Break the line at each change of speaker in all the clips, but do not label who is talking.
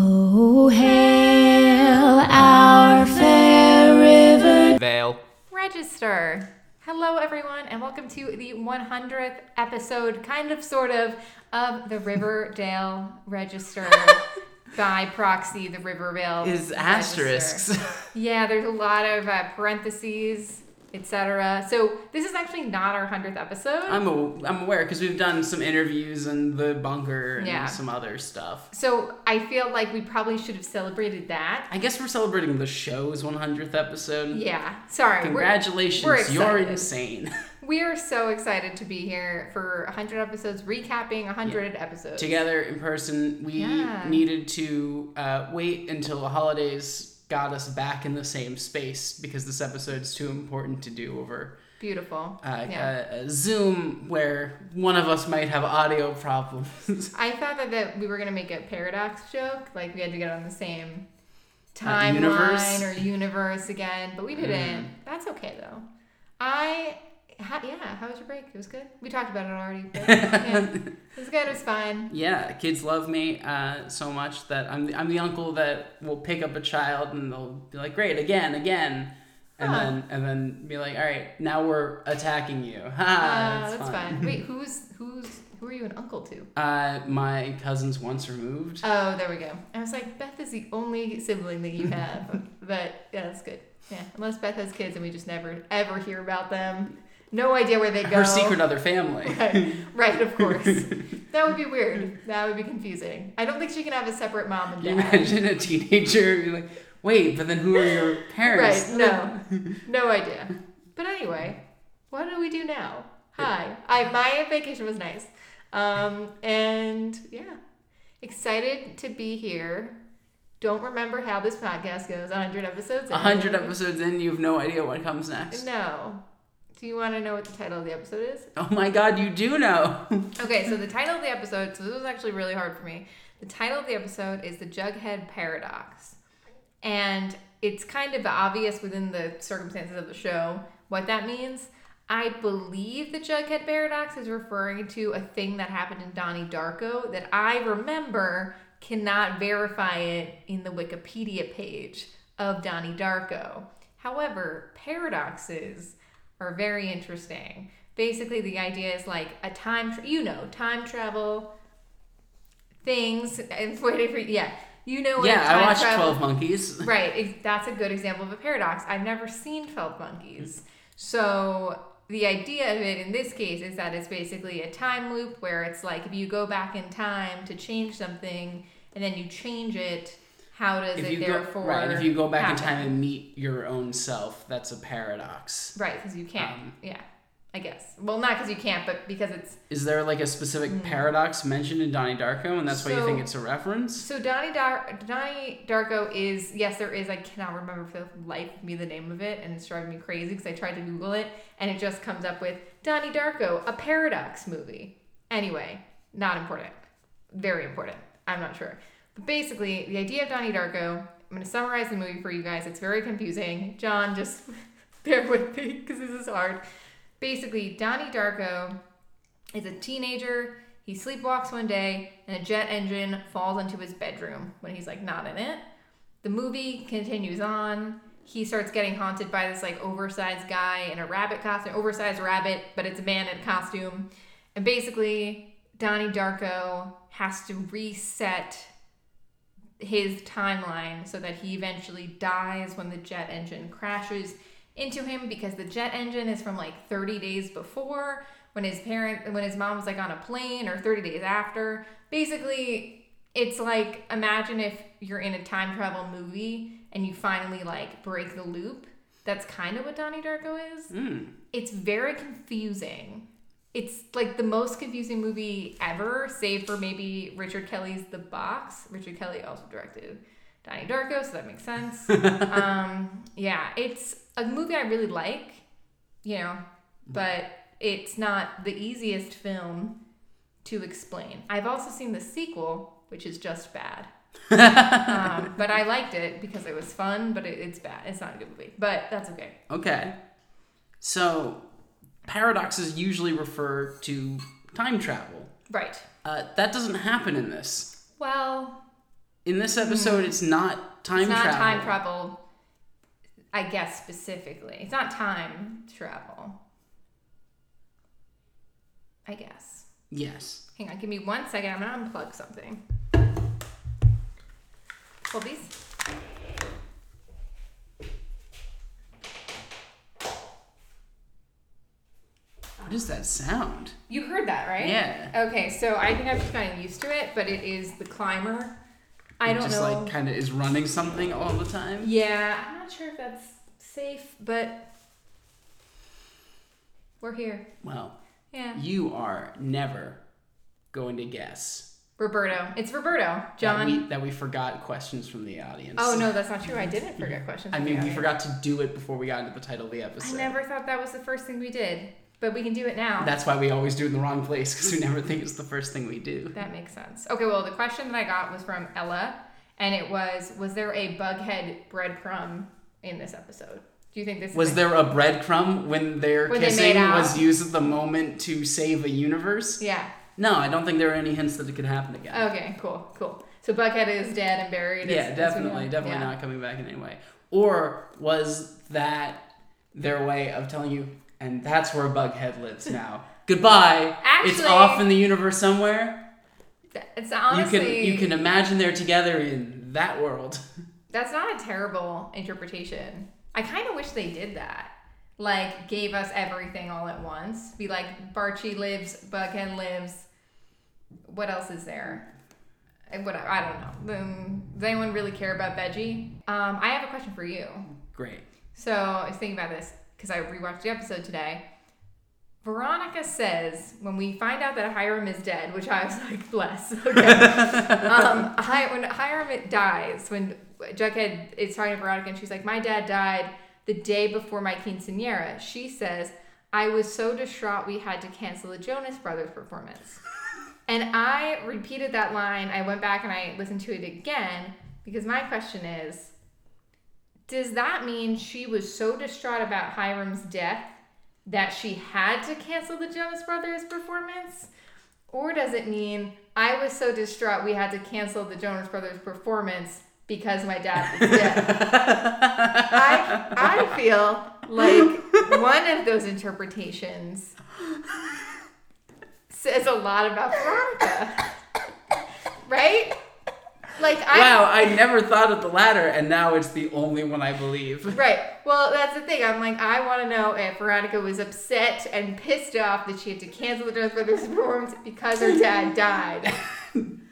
Oh, hail our fair river.
Vale.
Register. Hello, everyone, and welcome to the 100th episode, kind of, sort of, of the Riverdale Register by proxy. The Riverdale
Is
Register.
asterisks.
Yeah, there's a lot of uh, parentheses, etc. So this is actually not our 100th episode.
I'm, a, I'm aware because we've done some interviews and the bunker and
Yeah.
some other stuff.
so I feel like we probably should have celebrated that.
I guess we're celebrating the show's 100th episode.
Yeah, sorry. we're-
Congratulations,
we're excited.
you're insane.
We are so excited to be here for 100 episodes, recapping 100 episodes.
Together in person, we
Yeah.
needed to uh, wait until the holidays got us back in the same space because this episode's too important to do over
Beautiful.
uh, a, a Zoom where one of us might have audio problems.
I thought that, that we were gonna make a paradox joke, like we had to get on the same
Uh, universe? Mm.
timeline or universe again, but we didn't. That's okay though. I ha- yeah, how was your break? It was good. We talked about it already. But yeah, it was good. It was fine.
Yeah, kids love me uh, so much that I'm the, I'm the uncle that will pick up a child and they'll be like, "Great, again, again," and
Huh.
then and then be like, "All right, now we're attacking you." Ha,
uh,
Ah, it's
that's fine. Wait, who's who's who are you an uncle to?
Uh, my cousins once removed.
Oh, there we go. I was like, Beth is the only sibling that you have, but yeah, that's good. Yeah, unless Beth has kids and we just never ever hear about them. No idea where they go.
Her secret other family.
right, right, of course. That would be weird. That would be confusing. I don't think she can have a separate mom and
Can you
dad.
imagine a teenager being like, "Wait, but then who are your parents?"
Right, no. No idea. But anyway, what do we do now? Hi. I my vacation was nice. Um and yeah. Excited to be here. Don't remember how this podcast goes. 100 episodes. in.
A hundred episodes in, you have no idea what comes next.
No. Do you want to know what the title of the episode is?
Oh my god, you do know.
Okay, so the title of the episode, so this was actually really hard for me. The title of the episode is The Jughead Paradox. And it's kind of obvious within the circumstances of the show what that means. I believe the Jughead Paradox is referring to a thing that happened in Donnie Darko that I remember cannot verify it in the Wikipedia page of Donnie Darko. However, paradoxes are very interesting. Basically, the idea is like a time, tra- you know, time travel things. And waiting for yeah, you know, what a
yeah,
time
I watched
travel-
Twelve Monkeys.
Right, ex- that's a good example of a paradox. I've never seen 12 monkeys. So the idea of it in this case is that it's basically a time loop where it's like if you go back in time to change something and then you change it, how does
if
it
you go
therefore
right, if you go back in
happen?
time and meet your own self, that's a paradox.
Right, because you can't.
Um,
yeah, I guess. Well, not because you can't, but because it's.
Is there like a specific paradox mentioned in Donnie Darko, and that's why you
Hmm. So-
think it's a reference?
So Donnie, Dar- Donnie Darko is. Yes, there is. I cannot remember for the life of me the name of it, and it's driving me crazy because I tried to Google it, and it just comes up with Donnie Darko, a paradox movie. Anyway, not important. Very important. I'm not sure. But basically, the idea of Donnie Darko, I'm going to summarize the movie for you guys. It's very confusing. John, just bear with me because this is hard. Basically, Donnie Darko is a teenager. He sleepwalks one day, and a jet engine falls into his bedroom when he's like not in it. The movie continues on. He starts getting haunted by this like oversized guy in a rabbit costume, oversized rabbit, but it's a man in a costume. And basically, Donnie Darko has to reset his timeline so that he eventually dies when the jet engine crashes into him because the jet engine is from like 30 days before when his parent when his mom was like on a plane or 30 days after basically it's like imagine if you're in a time travel movie and you finally like break the loop that's kind of what Donnie Darko is
Hmm.
it's very confusing. It's like the most confusing movie ever, save for maybe Richard Kelly's The Box. Richard Kelly also directed Donnie Darko, so that makes sense. um, yeah, it's a movie I really like, you know, but it's not the easiest film to explain. I've also seen the sequel, which is just bad. um, but I liked it because it was fun, but it, it's bad. It's not a good movie, but that's okay.
Okay. So paradoxes usually refer to time travel.
Right.
Uh, that doesn't happen in this.
Well,
In this episode, it's not time
Hmm. it's not
travel.
time travel. I guess specifically, it's not time travel. I guess.
Yes.
Hang on, give me one second. I'm gonna unplug something. Hold these.
What is that sound?
You heard that, right?
Yeah.
Okay, so I think I've just gotten used to it, but it is the climber. I
It
don't
just
know.
like kind of is running something all the time.
yeah, I'm not sure if that's safe, but we're here.
Well,
Yeah.
you are never going to guess
Roberto. It's Roberto.
That,
John.
we, that we forgot questions from the audience.
Oh no, that's not true. I didn't forget questions.
I
from the
mean, we
audience.
forgot to do it before we got into the title of the
I
episode.
never thought that was the first thing we did, but we can do it now.
That's why we always do it in the wrong place because we never think it's the first thing we do.
That makes sense. Okay, well, the question that I got was from Ella, and it was Was there a bughead breadcrumb in this episode? Do you think this
Was
is
there a breadcrumb when their
When they
kissing
made out?
was used at the moment to save a universe?
Yeah.
No, I don't think there were any hints that it could happen again.
Okay, cool, cool. So Bughead is dead and buried.
yeah,
as- as we
definitely,
know.
definitely
Yeah.
not coming back in any way. Or was that their way of telling you, and that's where Bughead lives now? Goodbye. it's
Actually-
off in the universe somewhere.
Th- It's honestly,
you can you can imagine they're together in that world.
that's not a terrible interpretation. I kind of wish they did that. Like, gave us everything all at once. Be like, Barchi lives, Bughead lives. What else is there? And What I don't know. Um, does anyone really care about Veggie? Um, I have a question for you.
Great.
So I was thinking about this because I rewatched the episode today. Veronica says when we find out that Hiram is dead, which I was like, bless. Okay. um, Hi when Hiram dies, when Jughead is talking to Veronica and she's like, my dad died the day before my quinceanera. She says, I was so distraught we had to cancel the Jonas Brothers performance. And I repeated that line. I went back and I listened to it again because my question is Does that mean she was so distraught about Hiram's death that she had to cancel the Jonas Brothers performance? Or does it mean I was so distraught we had to cancel the Jonas Brothers performance because my dad was dead? I, I feel like one of those interpretations says a lot about Veronica. right? Like I
wow, I never thought of the latter, and now it's the only one I believe.
Right. Well, that's the thing. I'm like, I want to know if Veronica was upset and pissed off that she had to cancel the Jonas Brothers performance because her dad died,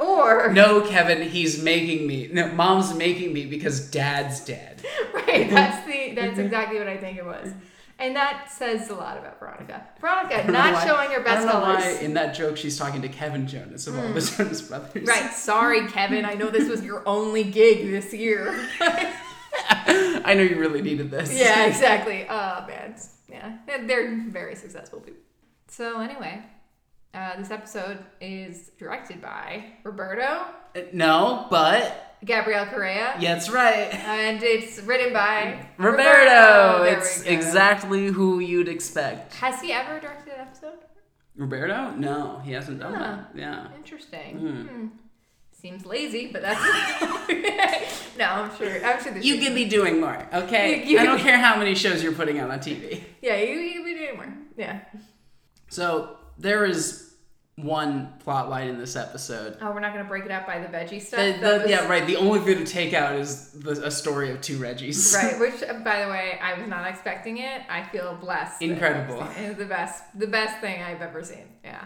or
No, Kevin, he's making me. No, mom's making me because dad's dead.
right. That's the. That's exactly what I think it was, and that says a lot about Veronica. Veronica
I don't know
not
why-
showing her best
I don't know
colors. Hmm.
Why in that joke, she's talking to Kevin Jonas of all the Jonas Brothers.
Right. Sorry, Kevin. I know this was your only gig this year.
I know you really needed this.
yeah. Exactly. Oh man. Yeah. They're- They're very successful people. So anyway. Uh, this episode is directed by Roberto
No, but
Gabrielle Correa.
yeah, it's right.
And it's written by
Roberto.
There
It's
we go.
exactly who you'd expect.
Has he ever directed an episode?
Roberto? No, he hasn't done
Huh.
that. Yeah.
Interesting. Hmm. Seems lazy, but that's no. I'm sure. I'm sure. there's-
You can be doing more, okay?
You- you-
I don't care how many shows you're putting out on TV.
Yeah, you you can be doing more. Yeah.
So there is one plot line in this episode.
Oh, we're not gonna break it up by the veggie stuff.
The-
That
the-
was-
yeah, right. The only thing to take out is the, a story of two Reggies.
Right. Which, uh, by the way, I was not expecting it. I feel blessed. that
Incredible.
I've seen it. It's the best. The best thing I've ever seen. Yeah.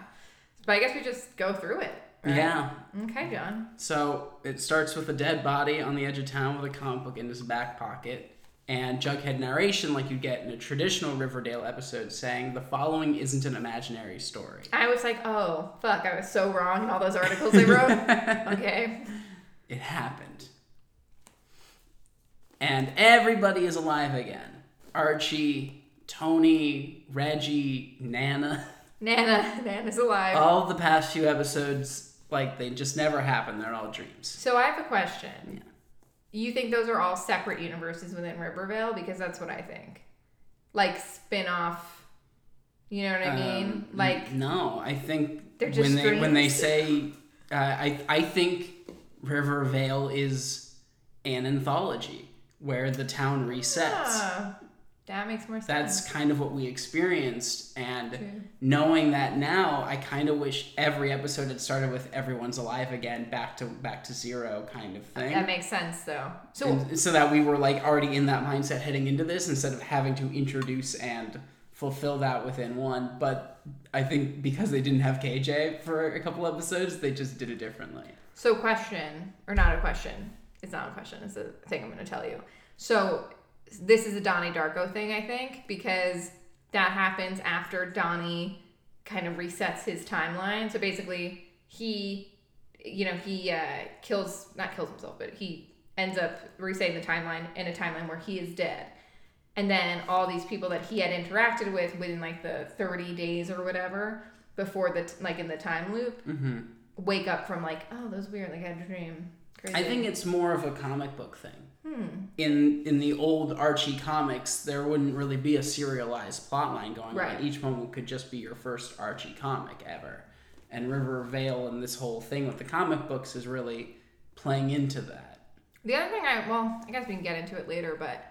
But I guess we just go through it. right?
Yeah.
Okay, John.
So it starts with a dead body on the edge of town with a comic book in his back pocket, and Jughead narration, like you get in a traditional Riverdale episode, saying the following isn't an imaginary story.
I was like, oh fuck, I was so wrong in all those articles I wrote. okay.
It happened. And everybody is alive again Archie, Tony, Reggie, Nana.
Nana, Nana's alive.
All the past few episodes, like they just never happen. They're all dreams.
so I have a question. You think those are all separate universes within Rivervale? Because that's what I think. Like spin-off. You know what I mean?
Um,
like
no, I think
They're
when
just
they when they
dreams.
say, uh, I I think Rivervale is an anthology where the town resets.
Ah, that makes more sense.
That's kind of what we experienced. And
True.
knowing that now, I kind of wish every episode had started with everyone's alive again, back to back to zero kind of thing.
that makes sense though. So
And so that we were like already in that mindset heading into this instead of having to introduce and fulfill that within one. But I think because they didn't have KJ for a couple episodes, they just did it differently.
So, question, or not a question. It's not a question. It's a thing I'm going to tell you. So, this is a Donnie Darko thing, I think, because that happens after Donnie kind of resets his timeline. So, basically, he, you know, he uh, kills, not kills himself, but he ends up resetting the timeline in a timeline where he is dead. And then all these people that he had interacted with within like the 30 days or whatever before the, t- like in the time loop,
Mm-hmm.
wake up from like, oh, that was weird. Like I had a dream. Crazy.
I think it's more of a comic book thing.
Hmm.
In in the old Archie comics, there wouldn't really be a serialized plotline going
Right.
on. Each one could just be your first Archie comic ever. And River Vale and this whole thing with the comic books is really playing into that.
the other thing I well, I guess we can get into it later, but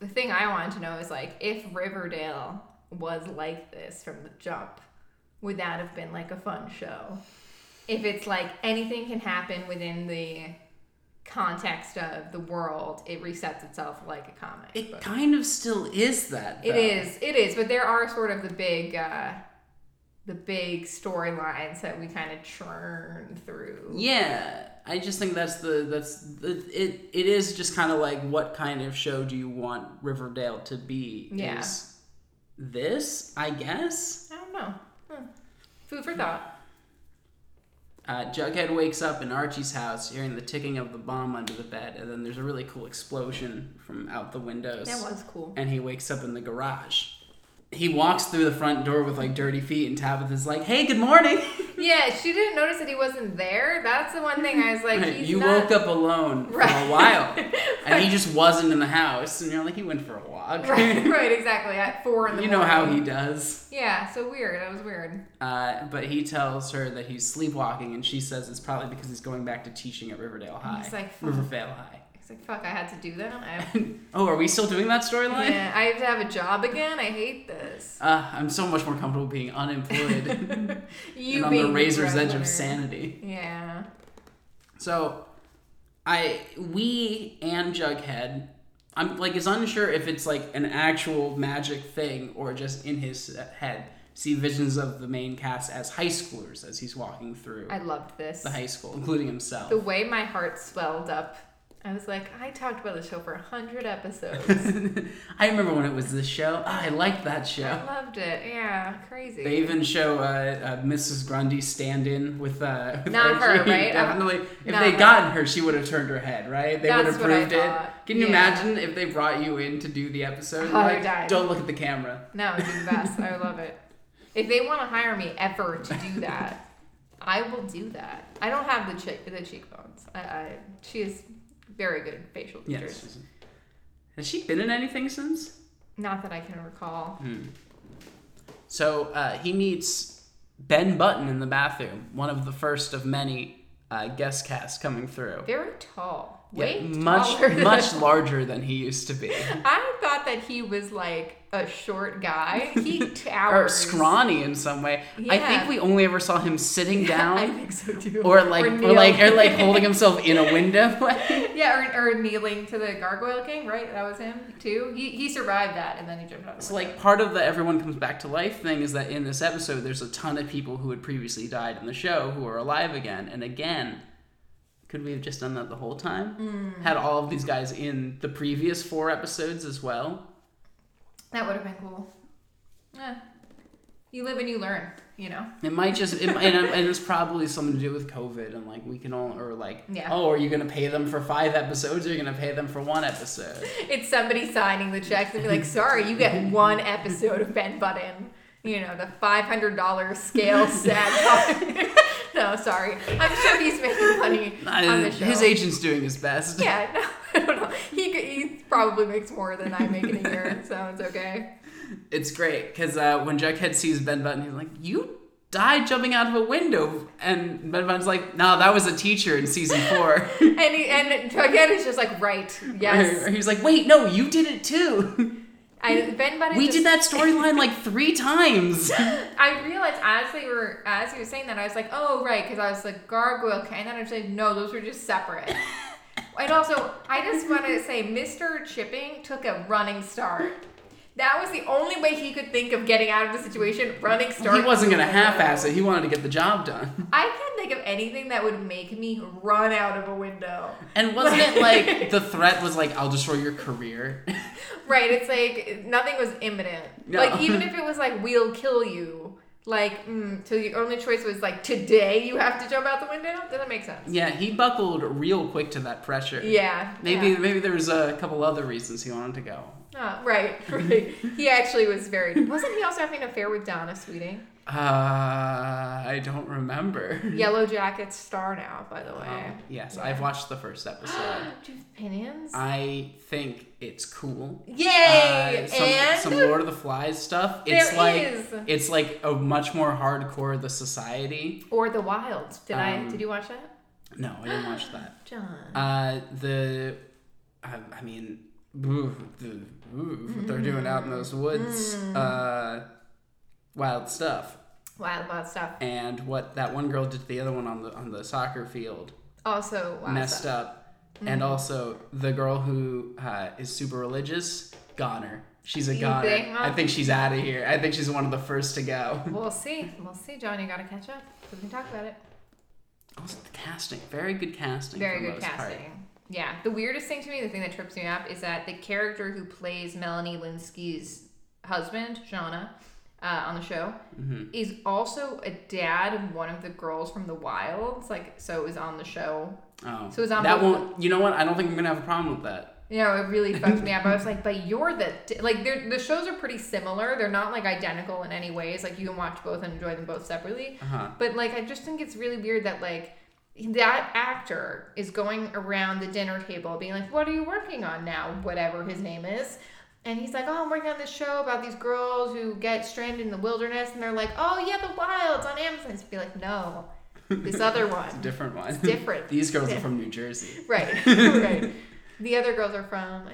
the thing I wanted to know is like if Riverdale was like this from the jump, would that have been like a fun show? If it's like anything can happen within the context of the world, it resets itself like a comic.
It
book.
kind of still is that.
It
though.
is. It is. But there are sort of the big, uh, the big storylines that we kind of churn through.
Yeah, I just think that's the that's the, it. It is just kind of like what kind of show do you want Riverdale to be?
Yeah.
Is this, I guess.
I don't know. Hmm. Food for thought.
Uh, Jughead wakes up in Archie's house, hearing the ticking of the bomb under the bed, and then there's a really cool explosion from out the windows.
That was cool.
and he wakes up in the garage. He walks through the front door with like dirty feet, and Tabitha's like, "Hey, good morning."
Yeah, she didn't notice that he wasn't there. That's the one thing I was like, he's
you woke
not.
up alone for
Right.
a while, and he just wasn't in the house, and you're like, he went for a walk.
Right, right, exactly. At four in the
you know how he
morning.
does.
Yeah, so weird. That was weird.
Uh, but he tells her that he's sleepwalking, and she says it's probably because he's going back to teaching at Riverdale High.
He's like, fuck.
Rivervale High.
It's like, fuck, I had to do that. I have,
Oh, are we still doing that storyline?
yeah, I have to have a job again. I hate this.
Uh, I'm so much more comfortable being unemployed
You
and on
being
the razor's edge
breadwinner.
of sanity.
Yeah.
So, I we and Jughead, I'm like is unsure if it's like an actual magic thing or just in his head. See visions of the main cast as high schoolers as he's walking through
I loved this.
the high school, including himself.
The way my heart swelled up, I was like, I talked about this show for 100 episodes.
I remember when it was this show. Ah, I liked that show.
I loved it. Yeah, crazy.
They even show uh, uh, Mrs. Grundy stand-in with, uh, with
Not her,
Archie.
right?
Definitely, if
Not
they
her.
gotten her, she would have turned her head, right? They would
That's
have
what I
proved it.
thought.
Can you
Yeah.
imagine if they brought you in to do the episode? and you're
Oh, I
like,
died.
Don't look at the camera.
No, it'd be the best. I love it. If they want to hire me ever to do that, I will do that. I don't have the cheek the cheekbones. I, I she is very good facial features.
Yes. Has she been in anything since?
Not that I can recall.
So uh, he meets Ben Button in the bathroom, one of the first of many uh, guest casts coming through.
Very tall.
Yeah,
Way
much
taller than-
much larger than he used to be.
I thought that he was like a short guy. He towers.
or scrawny in some way. I
Yeah.
think we only ever saw him sitting
I
down
think so too.
or like or,
kneeling.
like or like holding himself in a window.
yeah, or, or kneeling to the gargoyle king, right? That was him too. He, he survived that, and then he jumped out. of the
so
window.
like part of the everyone comes back to life thing is that in this episode there's a ton of people who had previously died in the show who are alive again and again. Could we have just done that the whole time?
Mm.
Had all of these guys in the previous four episodes as well.
That would have been cool. Yeah. You live and you learn, you know?
It might just, it, might- and, and it's probably something to do with COVID and like we can all, or like,
Yeah.
oh, are you gonna pay them for five episodes or are you gonna pay them for one episode?
It's somebody signing the checks and be like, sorry, you get one episode of Ben Button. You know, the $500 scale set. no, sorry. I'm sure he's making money on
Uh,
the show.
his agent's doing his best.
Yeah, no, I don't know. He, could- he probably makes more than I make in a year, so it's okay.
It's great because uh, when Jughead sees Ben Button, he's like, "You died jumping out of a window. And Medved's like, no, that was a teacher in season four.
And he, and again, it's just like right, yes.
He was like, wait, no, you did it too.
I, ben Bennett.
we
just,
did that storyline like three times.
I realized as we were as he was saying that, I was like, oh right, because I was like gargoyle, and then I was like, no, those were just separate. and also, I just want to say, Mr. Chipping took a running start. That was the only way he could think of getting out of the situation. Running start.
He wasn't gonna half-ass it. He wanted to get the job done.
I can't think of anything that would make me run out of a window.
And wasn't it like the threat was like, "I'll destroy your career"?
Right, it's like nothing was imminent.
No.
Like even if it was like we'll kill you, like mm, so your only choice was like today you have to jump out the window. Does that make sense?
yeah, he buckled real quick to that pressure.
Yeah.
Maybe
yeah.
maybe there was a couple other reasons he wanted to go.
Oh, right, right. he actually was very. Wasn't he also having an affair with Donna Sweeting?
Uh, I don't remember.
Yellow Jackets star now, by the way.
Um, yes, I've watched the first episode.
Do you have opinions?
Uh, I think it's cool.
Yay!
Uh, some,
and
some Lord of the Flies stuff. It's
There
like
is.
it's like a much more hardcore the society.
or the Wild. Did I?
Um,
Did you watch that,
No, I didn't watch that.
John?
Uh, the, I, I mean, ooh, the, ooh, what they're doing out in those woods, uh, wild stuff,
Wild, wild stuff.
and what that one girl did to the other one on the on the soccer field
Also, wild
messed
stuff.
up, and
Mm-hmm.
also the girl who uh, is super religious, goner. She's a
You
goner.
think, huh?
I think she's out of here. I think she's one of the first to go.
We'll see. We'll see, John. You gotta catch up. We can talk about it.
Also, the casting, very good casting.
Very
for the
good
most part.
casting. Yeah. The weirdest thing to me, the thing that trips me up, is that the character who plays Melanie Linsky's husband, Shauna, uh, on the show,
Mm-hmm.
is also a dad of one of the girls from the Wilds. Like, so it was on the show.
Oh,
So it's on
that
both-
won't. You know what? I don't think I'm gonna have a problem with that.
You know, it really fucked me up. I was like, but you're the d-. like. they're- The shows are pretty similar. They're not like identical in any ways. Like you can watch both and enjoy them both separately.
Uh-huh.
But like, I just think it's really weird that like that actor is going around the dinner table being like, "What are you working on now?" Whatever his name is. And he's like, "Oh, I'm working on this show about these girls who get stranded in the wilderness." And they're like, "Oh yeah, The Wilds on Amazon." It's be like, "No, this other one."
Different one.
different.
These girls are from New Jersey.
Right, right. The other girls are from eh,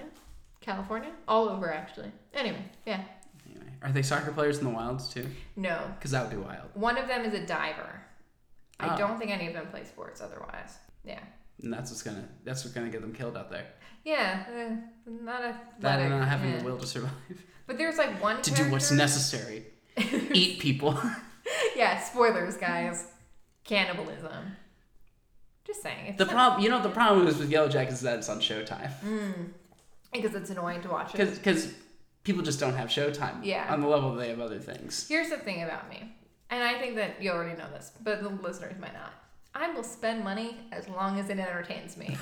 California, all over actually. Anyway, yeah.
Anyway, are they soccer players in the wilds too?
No,
Because that would be wild.
one of them is a diver. I
Oh.
don't think any of them play sports otherwise. Yeah,
And that's what's gonna that's what's gonna get them killed out there.
yeah. Uh, not a
That and not having
yeah.
the will to survive,
But there's like one
to do what's
character-
necessary, eat people.
yeah, spoilers, guys. Cannibalism. Just saying. It's
The problem, you know, the problem is with Yellow Jackets is that it's on Showtime
because it's annoying to watch it.
because because people just don't have Showtime.
Yeah.
On the level they have other things.
Here's the thing about me, and I think that you already know this, but the listeners might not. I will spend money as long as it entertains me.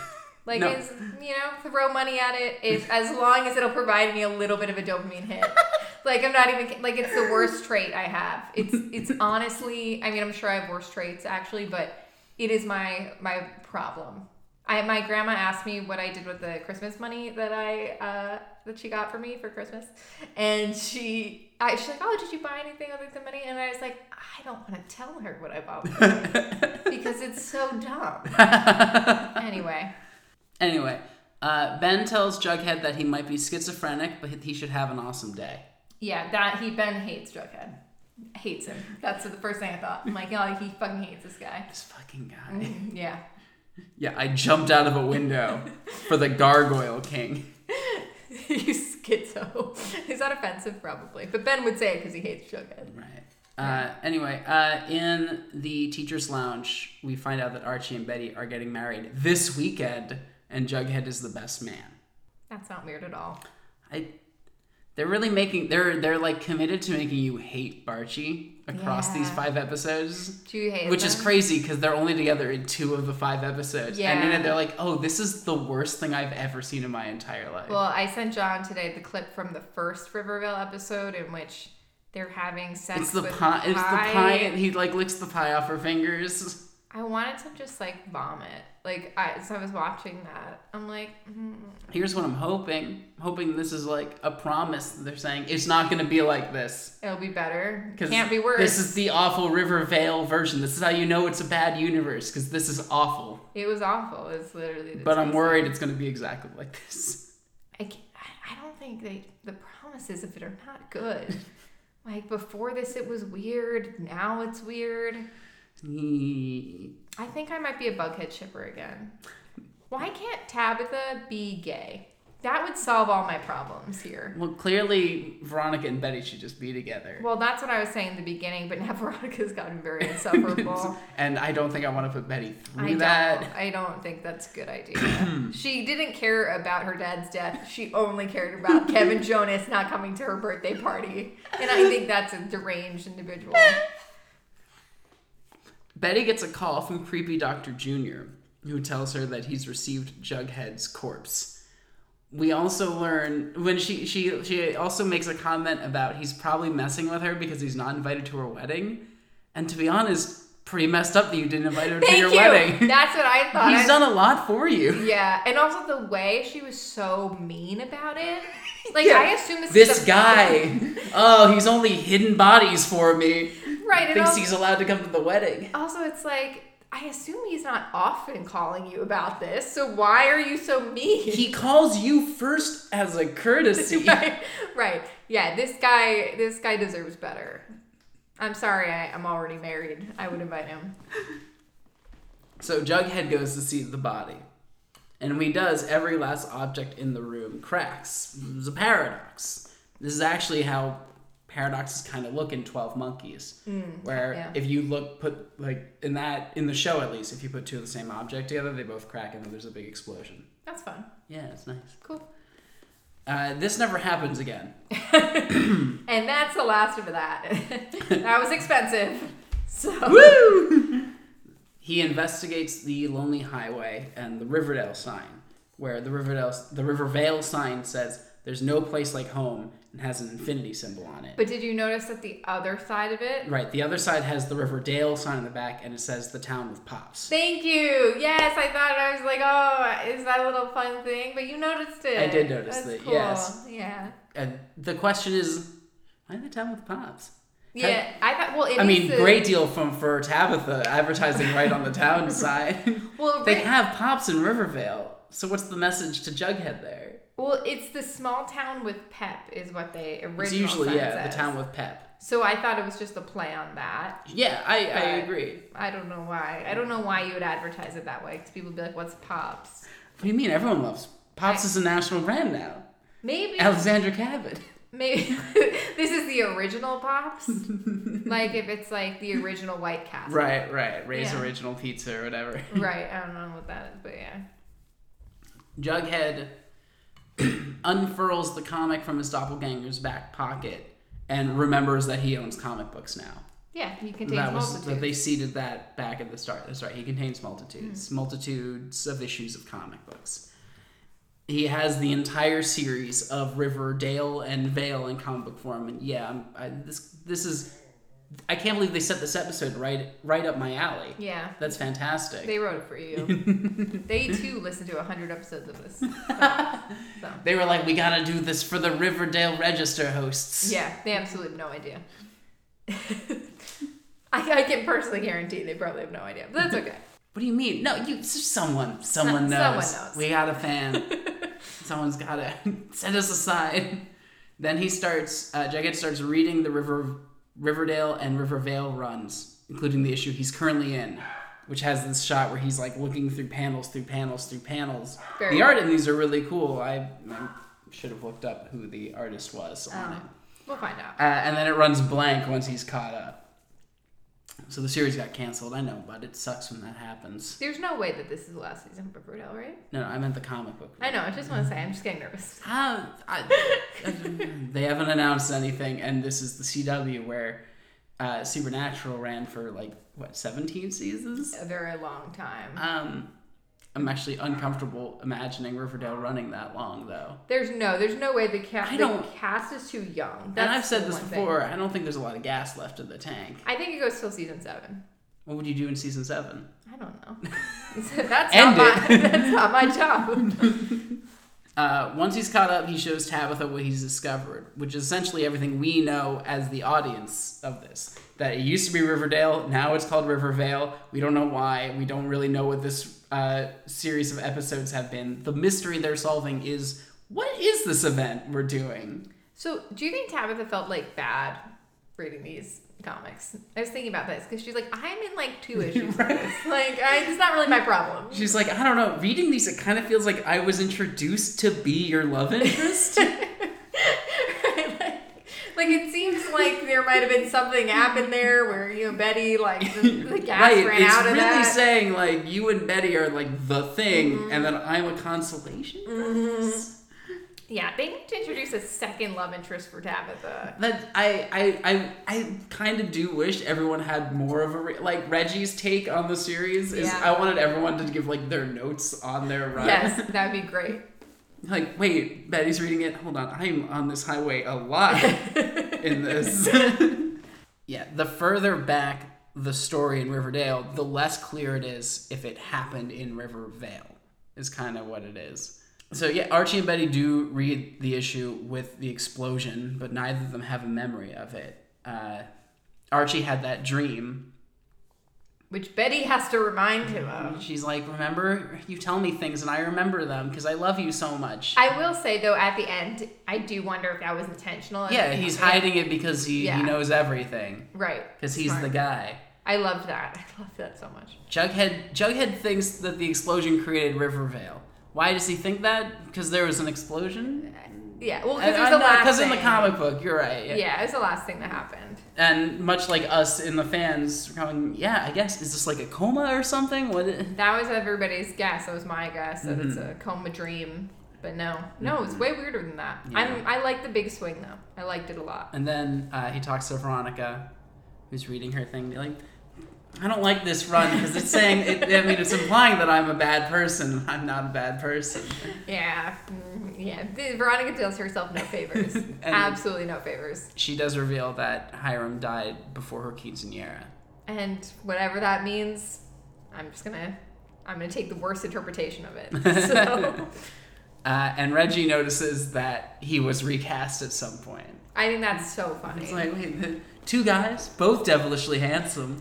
Like,
No.
it's, you know, throw money at it if, as long as it'll provide me a little bit of a dopamine hit. like, I'm not even, kid- like, it's the worst trait I have. It's, it's honestly, I mean, I'm sure I have worse traits actually, but it is my, my problem. I, my grandma asked me what I did with the Christmas money that I, uh, that she got for me for Christmas. And she, I, she's like, oh, did you buy anything other than money? And I was like, I don't want to tell her what I bought with money because it's so dumb. anyway,
Anyway, uh, Ben tells Jughead that he might be schizophrenic, but he should have an awesome day.
yeah, that he Ben hates Jughead, hates him. That's the first thing I thought. I'm like, oh, he fucking hates this guy.
This fucking guy.
Mm. Yeah,
Yeah, I jumped out of a window for the Gargoyle King.
you schizo. Is that offensive? Probably, but Ben would say it because he hates Jughead.
Right. Uh, anyway, uh, in the teacher's lounge, we find out that Archie and Betty are getting married this weekend, and Jughead is the best man.
That's not weird at all.
I, they're really making they're they're like committed to making you hate Archie across these
Yeah.
five episodes,
Do you hate?
which is
them?
crazy because they're only together in two of the five episodes, and
Yeah.
then they're like, "Oh, this is the worst thing I've ever seen in my entire life."
Well, I sent John today the clip from the first Rivervale episode in which they're having sex.
it's the
with
pie. It's the
pie.
pie. and He like licks the pie off her fingers.
I wanted to just like vomit. Like I, as I was watching that, I'm like, mm,
Here's what I'm hoping. I'm hoping this is like a promise that they're saying it's not going to be like this.
it'll be better.
'Cause
Can't be worse.
This is the awful Rivervale version. This is how you know it's a bad universe because this is awful.
it was awful. It's literally. the
But I'm
same
worried it's going to be exactly like this.
I, ca- I I don't think they the promises of it are not good. like before this, it was weird. Now it's weird.
He-
I think I might be a bughead shipper again. Why can't Tabitha be gay? That would solve all my problems here.
Well, clearly Veronica and Betty should just be together.
Well, that's what I was saying in the beginning, but now Veronica's gotten very insufferable.
and I don't think I want to put Betty
I
through
don't,
that.
I don't think that's a good idea. she didn't care about her dad's death. She only cared about Kevin Jonas not coming to her birthday party. And I think that's a deranged individual.
Betty gets a call from creepy Dr. Jr., who tells her that he's received Jughead's corpse. We also learn when she she she also makes a comment about he's probably messing with her because he's not invited to her wedding. And to be honest, pretty messed up that you didn't invite her to
Thank
your
you.
wedding.
That's what I thought.
he's
I-
done a lot for you.
Yeah, and also the way she was so mean about it. Like
Yeah.
I assume this, is
This
a-
guy, oh, he's only hidden bodies for me.
right? And
Thinks
also,
he's allowed to come to the wedding.
also, it's like I assume he's not often calling you about this. So why are you so mean?
He calls you first as a courtesy.
right, right. Yeah, this guy, this guy deserves better. I'm sorry, I, I'm already married. I would invite him.
So Jughead goes to see the body. And when he does, every last object in the room cracks. It's a paradox. This is actually how paradoxes kind of look in 12 Monkeys. where
Hmm. yeah.
if you look, put, like, in that, in the show at least, if you put two of the same object together, they both crack and then there's a big explosion.
That's fun.
Yeah, it's nice.
Cool.
Uh, this never happens again.
And that's the last of that. that was expensive. So
He investigates the Lonely Highway and the Riverdale sign, where the Riverdale the Rivervale sign says there's no place like home and has an infinity symbol on it.
But did you notice that the other side of it?
right, the other side has the Riverdale sign in the back and it says the town with pops.
Thank you. Yes, I thought I was like, oh, is that a little fun thing? But you noticed it.
I did notice that, yes.
Yeah.
And the question is why the town with pops?
Yeah. I thought. Well, it
I
is
mean,
the-
great deal from for Tabitha advertising right on the town side.
Well,
they
right-
have pops in Rivervale. So what's the message to Jughead there?
well, it's the small town with pep is what they originally.
It's usually yeah, the town with pep.
So I thought it was just a play on that.
Yeah, I, I
Right.
agree.
I don't know why. I don't know why you would advertise it that way because people would be like, "What's pops?"
What do you mean? Everyone loves Pops is a national brand now.
Maybe.
Alexandra Cabot.
Maybe this is the original pops. like if it's like the original White Castle.
Right, right. Ray's
Yeah.
original pizza or whatever.
Right. I don't know what that is, but yeah.
Jughead unfurls the comic from his doppelganger's back pocket and remembers that he owns comic books now.
Yeah, he contains
That was
multitudes. Hmm.
that they seeded that back at the start. That's right. He contains multitudes, multitudes of issues of comic books. He has the entire series of Riverdale and Vale in comic book form, and yeah, I'm, I, this this is. I can't believe they set this episode right right up my alley.
yeah,
That's fantastic.
they wrote it for you. they too listened to hundred episodes of this. So, so,
They were like, we gotta do this for the Riverdale Register hosts.
yeah, they absolutely have no idea. I, I can personally guarantee they probably have no idea, but that's okay.
What do you mean? No, you someone someone
someone
knows.
knows.
We got a fan. Someone's got to set us aside. Then he starts. Uh, Jughead starts reading the River Riverdale and Rivervale runs, including the issue he's currently in, which has this shot where he's like looking through panels, through panels, through panels.
Very
the art in these are really cool. I, I should have looked up who the artist was
Oh.
on it.
We'll find out.
Uh, and then it runs blank once he's caught up. So the series got canceled. I know, but it sucks when that happens.
There's no way that this is the last season of Riverdale, right?
No, no, I meant the comic book.
I know. I just want to say I'm just getting nervous.
How I, they haven't announced anything, and this is the CW where uh, Supernatural ran for like what seventeen seasons.
A very long time.
Um, I'm actually uncomfortable imagining Riverdale running that long, though.
There's no, there's no way the cast.
I
The
don't-
cast is too young. That's
and I've said
the
this
one thing.
before. I don't think there's a lot of gas left in the tank.
I think it goes till season seven.
What would you do in season seven?
I don't know. that's,
End
not my,
it.
that's not my job.
Uh, once he's caught up, he shows Tabitha what he's discovered, which is essentially everything we know as the audience of this. That it used to be Riverdale, now it's called Rivervale. We don't know why. We don't really know what this uh, series of episodes have been. The mystery they're solving is what is this event we're doing?
So, do you think Tabitha felt like bad reading these comics? I was thinking about this because she's like, I'm in like two issues. of this. Like, I, it's not really my problem.
She's like, I don't know. Reading these, it kind of feels like I was introduced to be your love interest.
like, like, it seems like there might have been something happened there where you know Betty like the, the gas ran
it's
out of
really
that. Mm-hmm.
saying like you and Betty are like the thing, and then I'm a consolation. prize?
yeah, they need to introduce a second love interest for Tabitha.
That I I I, I kind of do wish everyone had more of a re- like Reggie's take on the series is
Yeah.
I wanted everyone to give like their notes on their run.
Yes, that would be great.
Like wait, Betty's reading it. Hold on, I'm on this highway a lot in this. yeah, the further back the story in Riverdale, the less clear it is if it happened in Rivervale, is kind of what it is. So, yeah, Archie and Betty do read the issue with the explosion, but neither of them have a memory of it. Uh, Archie had that dream.
Which Betty has to remind him of.
She's like, Remember, you tell me things and I remember them because I love you so much.
I will say though, at the end, I do wonder if that was intentional.
yeah, he's hiding it because he,
Yeah.
he knows everything
Right.
because he's
Smart.
the guy.
I love that. I love that so much.
Jughead Jughead thinks that the explosion created Rivervale. Why does he think that? Because there was an explosion.
Yeah. Well, because it was the last.
Because in the
thing.
comic book, you're right.
Yeah. it was the last thing that happened.
And much like us in the fans, we're going, yeah, I guess is this like a coma or something? What? i-
That was everybody's guess. That was my guess that it's
Mm-hmm.
a coma dream. But no, no, it's way weirder than that.
Yeah.
I'm. I like the big swing though. I liked it a lot.
And then uh, he talks to Veronica, who's reading her thing, like. I don't like this run because it's saying, it, I mean, it's implying that I'm a bad person. I'm not a bad person.
Yeah. Mm, Yeah. The- Veronica does herself no favors. Absolutely no favors.
She does reveal that Hiram died before her quinceanera.
and whatever that means i'm just gonna i'm gonna take the worst interpretation of it so
Uh, and Reggie notices that he was recast at some point.
i think that's so funny
It's like, wait, the- two guys, both devilishly handsome.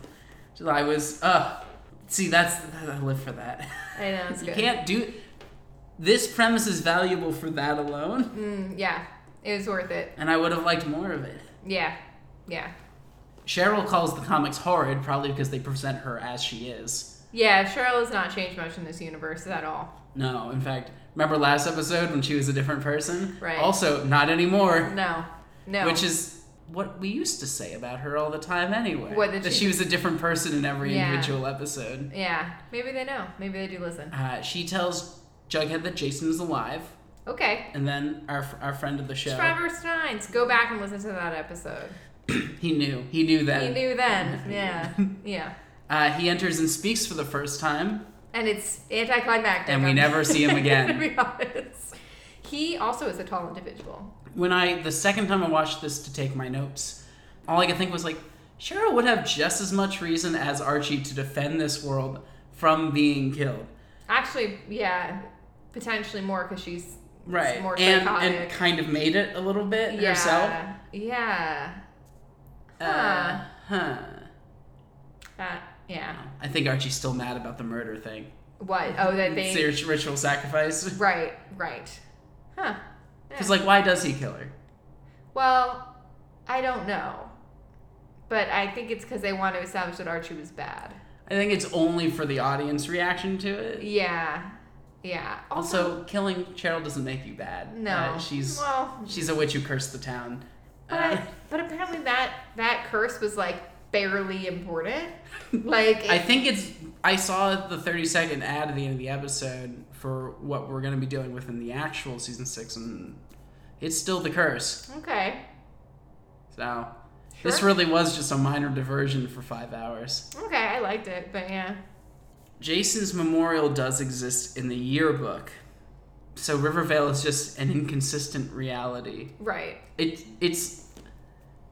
So I was, uh, see, that's, I live for that.
i know it's
You
good
can't do, this premise is valuable for that alone,
Mm, yeah it was worth it
and I would have liked more of it.
yeah yeah
Cheryl calls the comics horrid, probably because they present her as she is.
yeah cheryl has not changed much in this universe at all
No, in fact, remember last episode when she was a different person?
Right.
Also, not anymore.
no no
Which is what we used to say about her all the time anyway.
What,
that
that
she,
she-
was a different person in every
Yeah.
individual episode.
yeah maybe they know maybe they do listen
Uh, she tells Jughead that Jason is alive,
okay
and then our, our friend of the show,
Trevor Steins, go back and listen to that episode.
he knew. He knew
He
then.
knew then. Yeah. Yeah.
Uh, he enters and speaks for the first time.
And it's anticlimactic.
And we
I'm-
never see him again.
to be honest. He also is a tall individual.
When I, the second time I watched this to take my notes, all I could think was like, Cheryl would have just as much reason as Archie to defend this world from being killed.
Actually, yeah, potentially more because she's
Right.
more
and,
psychotic.
and kind of made it a little bit
yeah,
herself.
Yeah. Huh.
Uh, huh.
That- yeah.
I think Archie's still mad about the murder thing.
What? Oh, that they.
Serious ritual sacrifice.
Right. Right. Huh.
Because, like, why does he kill her?
Well, I don't know, but I think it's because they want to establish that Archie was bad.
I think it's only for the audience reaction to it.
Yeah. Yeah.
Also, killing Cheryl doesn't make you bad.
no.
Uh, she's
well,
she's a witch who cursed the town.
But,
Uh,
but apparently that that curse was like barely important. Like
I
it-
think it's. I saw the 30 second ad at the end of the episode for what we're going to be dealing with in the actual season six, and it's still the curse.
okay,
So, this
Sure.
really was just a minor diversion for five hours.
okay, I liked it, but yeah,
Jason's memorial does exist in the yearbook. So Rivervale is just an inconsistent reality.
right.
It it's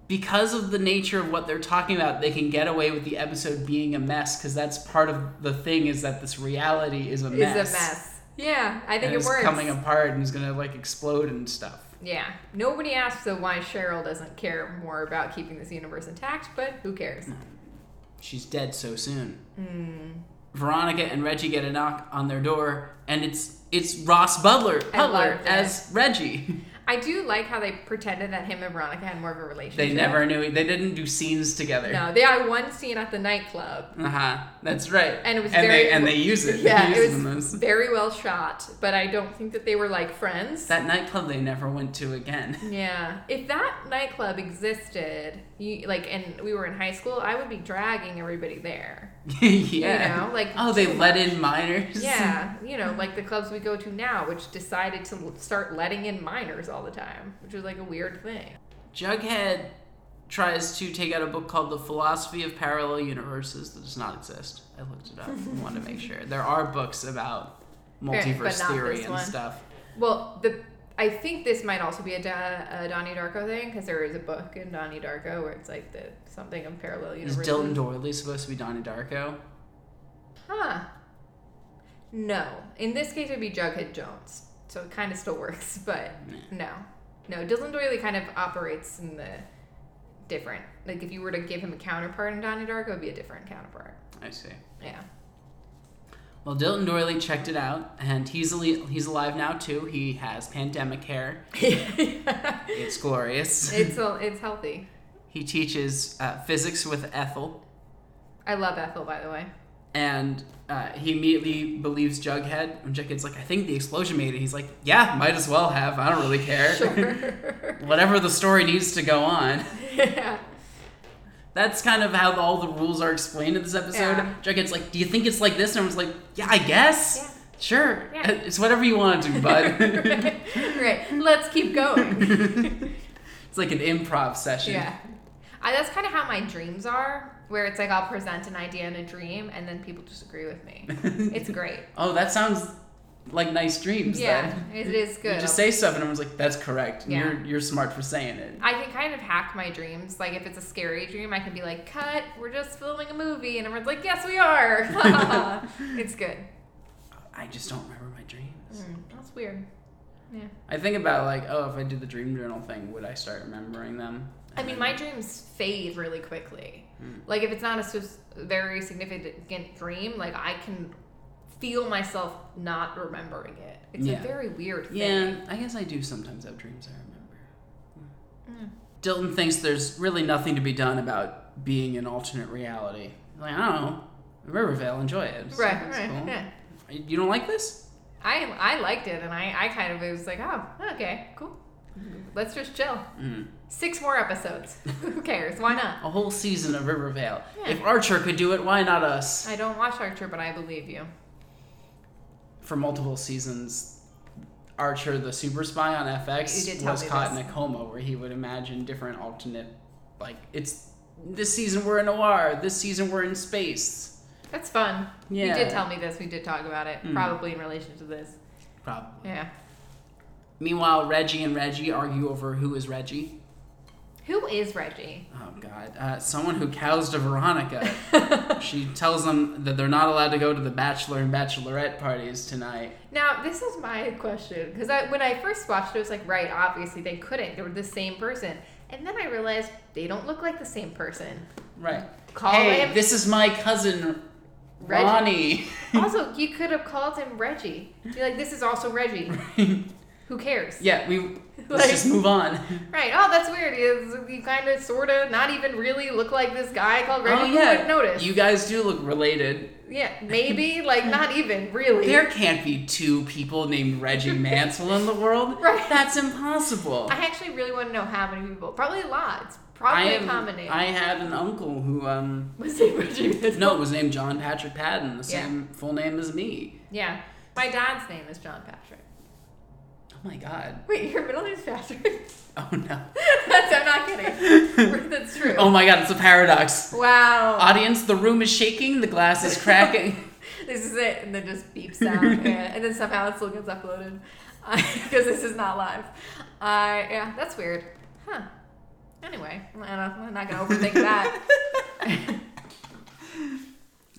because of the nature of what they're talking about, they can get away with the episode being a mess because that's part of the thing is that this reality is a
It's
mess.
a mess. Yeah, I think
And
it
it's
works.
coming apart and is gonna like explode and stuff.
Yeah. Nobody asks though why Cheryl doesn't care more about keeping this universe intact, but who cares?
She's dead so soon.
Hmm.
Veronica and Reggie get a knock on their door, and it's it's Ross Butler, Butler
loved it.
as Reggie.
I do like how they pretended that him and Veronica had more of a relationship.
They never knew. e, They didn't do scenes together.
No, they had one scene at the nightclub.
Uh huh. That's right.
And it was
and
very-
they and they use it.
Yeah,
they
it
use
was
them as-
very well shot, but I don't think that they were like friends.
that nightclub they never went to again.
yeah. If that nightclub existed, you like and we were in high school, I would be dragging everybody there.
yeah.
You know, like
oh, they let in minors.
Yeah, you know, like the clubs we go to now, which decided to l- start letting in minors all the time, which was like a weird thing.
Jughead tries to take out a book called The Philosophy of Parallel Universes that does not exist. I looked it up. I wanted to make sure. There are books about
Right, but
multiverse
not
theory
this
and
one.
stuff.
Well, the I think this might also be a, da, a Donnie Darko thing because there is a book in Donnie Darko where it's like the something of parallel
Is
universes.
Dylan Dorley supposed to be Donnie Darko?
Huh. No, in this case it would be Jughead Jones, so it kind of still works, but no, no, Dylan Doyle kind of operates in the different. Like if you were to give him a counterpart in Donnie Darko, it would be a different counterpart.
I see.
Yeah.
Well, Dylan Doily checked it out, and he's al- he's alive now too. He has pandemic hair. It's glorious.
It's a, it's healthy.
he teaches uh, physics with Ethel,
I love Ethel, by the way.
and uh, he immediately believes Jughead. And Jughead's like, "I think the explosion made it." He's like, "Yeah, might as well have. I don't really care.
Sure.
Whatever the story needs to go on."
yeah.
That's kind of how all the rules are explained in this episode.
Yeah.
Jughead's like, "Do you think it's like this?" And I was like, "Yeah, I guess. Sure.
Yeah.
It's whatever you want to do, bud."
right. Let's keep going.
It's like an improv session.
Yeah. I, that's kind of how my dreams are, where it's like I'll present an idea in a dream and then people just agree with me. It's great.
Oh, that sounds like nice dreams.
yeah.
Then.
It is good.
You just say stuff, and everyone's like, "That's correct." And
Yeah.
You're you're smart for saying it.
I can kind of hack my dreams. Like if it's a scary dream, I can be like, "Cut, we're just filming a movie," and everyone's like, "Yes, we are." it's good.
I just don't remember my dreams.
Mm, that's weird. Yeah.
I think about like, oh, if I did the dream journal thing, would I start remembering them?
I mean, my dreams fade really quickly.
Hmm.
Like if it's not a sus- very significant dream, like I can feel myself not remembering it. It's
Yeah.
a very weird thing.
Yeah, I guess I do sometimes have dreams I remember.
Mm.
Dilton thinks there's really nothing to be done about being in alternate reality. Like, I don't know. Rivervale, enjoy it. It's-
Right.
it's
right.
cool.
Yeah.
You don't like this?
I I liked it, and I I kind of was like, oh, okay, cool.
Mm-hmm.
Let's just chill.
Mm.
Six more episodes. Who cares? Why not?
A whole season of Rivervale.
Yeah.
If Archer could do it, why not us?
I don't watch Archer, but I believe you.
for multiple seasons, Archer, the super spy on
You
FX,
did tell
was
me
caught
this.
in a coma where he would imagine different alternate, like it's this season we're in noir, this season we're in space.
That's fun.
Yeah. Mm.
You did tell me this. We did talk about it, probably in relation to this.
Probably.
Yeah.
Meanwhile, Reggie and Reggie argue over who is Reggie.
Who is Reggie?
Oh God, uh, someone who cows to Veronica. she tells them that they're not allowed to go to the bachelor and bachelorette parties tonight.
Now, this is my question because I, when I first watched it, I was like, right, obviously they couldn't. They were the same person. And then I realized they don't look like the same person.
Right.
Call
hey,
him
this is my cousin
Reggie.
Ronnie.
also, you could have called him Reggie. Be like, this is also Reggie. Who cares?
Yeah, we let's
Like-
just move on.
Right. Oh, that's weird. You, you kind of, sort of, not even really look like this guy called Reggie.
Oh
Who would
yeah,
notice?
you guys do look related.
yeah, maybe. Like, not even, really.
There can't be two people named Reggie Mansell in the world.
Right.
That's impossible.
I actually really want to know how many people. Probably a lot. It's
I
probably a
am-
common name.
I had an uncle who um
Was it Reggie Mansell?
no, was named John Patrick Patton, the
Yeah.
same full name as me.
Yeah. My dad's name is John Patrick.
Oh my god.
Wait, your middle name's Patrick?
Oh no.
That's, I'm not kidding. That's true.
Oh my god, it's a paradox.
wow.
Audience, the room is shaking, the glass is cracking.
this is it. And then just beeps out. yeah. And then somehow it still gets uploaded. Because this is not live. Uh, yeah, that's weird. Huh. Anyway, I don't- I'm not gonna overthink that.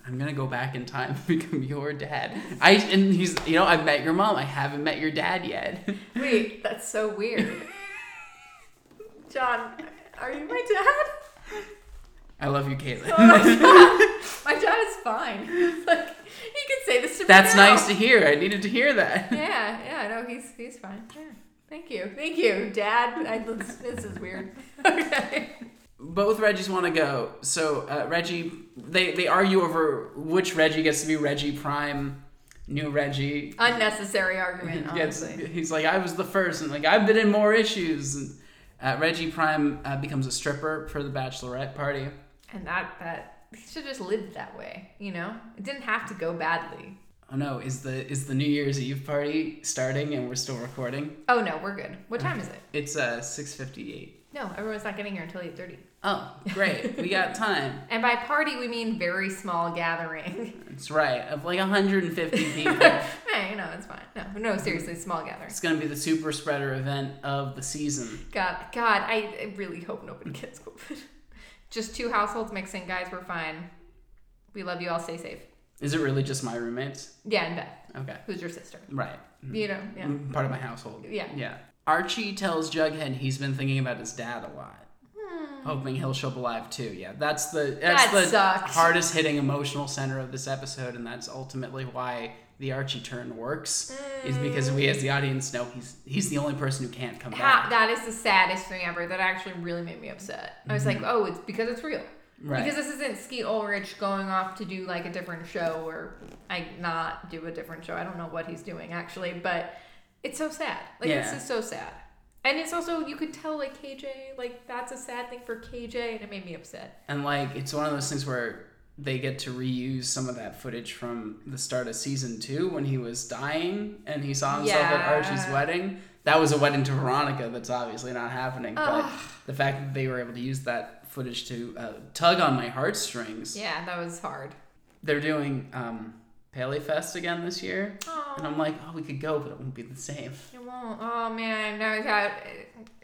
I'm gonna go back in time and become your dad. I and he's you know I've met your mom. I haven't met your dad yet.
Wait, that's so weird. John, are you my dad?
I love you, Caitlin.
Oh my god, my dad is fine. Like he could say this to me.
That's
now.
nice to hear. I needed to hear that.
Yeah, yeah, no, he's he's fine. Yeah. Thank you, thank you, Dad. I, this, this is weird. Okay.
Both Reggies want to go. So uh, Reggie, they they argue over which Reggie gets to be Reggie Prime, new Reggie.
Unnecessary argument,
He gets-
honestly.
he's like, I was the first, and like I've been in more issues. And uh, Reggie Prime uh, becomes a stripper for the bachelorette party.
And that that he should just lived that way, you know. It didn't have to go badly.
Oh no! Is the is the New Year's Eve party starting and we're still recording?
Oh no, we're good. What time is it?
It's uh six fifty eight.
No, everyone's not getting here until eight thirty.
Oh, great! we got time.
And by party, we mean very small gathering.
That's right. Of like one hundred and fifty people.
hey, no, it's fine. No, no, seriously, small gathering.
It's gonna be the super spreader event of the season.
God, God, I, I really hope nobody gets COVID. Just two households mixing, guys. We're fine. We love you all. Stay safe.
Is it really just my roommates?
Yeah, and Beth,
Okay,
who's your sister.
right.
You know, yeah.
Mm, Part of my household.
Yeah.
Yeah. Archie tells Jughead he's been thinking about his dad a lot, hoping he'll show up alive too. Yeah, that's the that's
Hmm. That
the
sucks.
hardest hitting emotional center of this episode, and that's ultimately why the Archie turn works, is because we as the audience know he's he's the only person who can't come
Hmm. Ha-
back.
that is the saddest thing ever. That actually really made me upset. I was like, oh, it's because it's real.
Mm-hmm. Right.
Because this isn't Skeet Ulrich going off to do like a different show or I not do a different show. I don't know what he's doing actually, but it's so sad. Like
Yeah.
this is so sad. And it's also you could tell like KJ, like that's a sad thing for KJ and it made me upset.
And like it's one of those things where they get to reuse some of that footage from the start of season two when he was dying and he saw himself at
Yeah.
Archie's wedding. That was a wedding to Veronica that's obviously not happening,
Ugh.
but the fact that they were able to use that footage to uh, tug on my heartstrings.
Yeah, that was hard.
They're doing um, Paley Fest again this year, and
Oh,
I'm like, oh, we could go, but it won't be the same.
it won't. Oh man, no. it's out.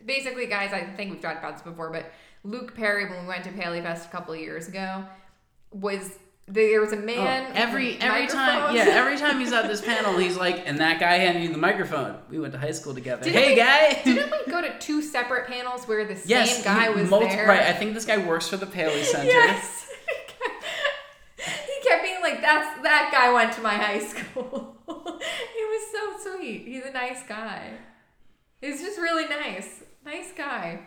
Basically, guys, I think we've talked about this before, but Luke Perry, when we went to Paley Fest a couple of years ago, was there was a
Oh,
man with
every every time,
microphones.
yeah, every time he's at this panel, he's like, and that guy handed you the microphone. We went to high school together.
Didn't
hey,
we-
guy.
Didn't we go to two separate panels where the same
Yes,
guy
he-
was
multi-
there?
Right, I think this guy works for the Paley Center.
Yes. he kept being like, "That's that guy went to my high school." it was so sweet. He's a nice guy. He's just really nice. Nice guy.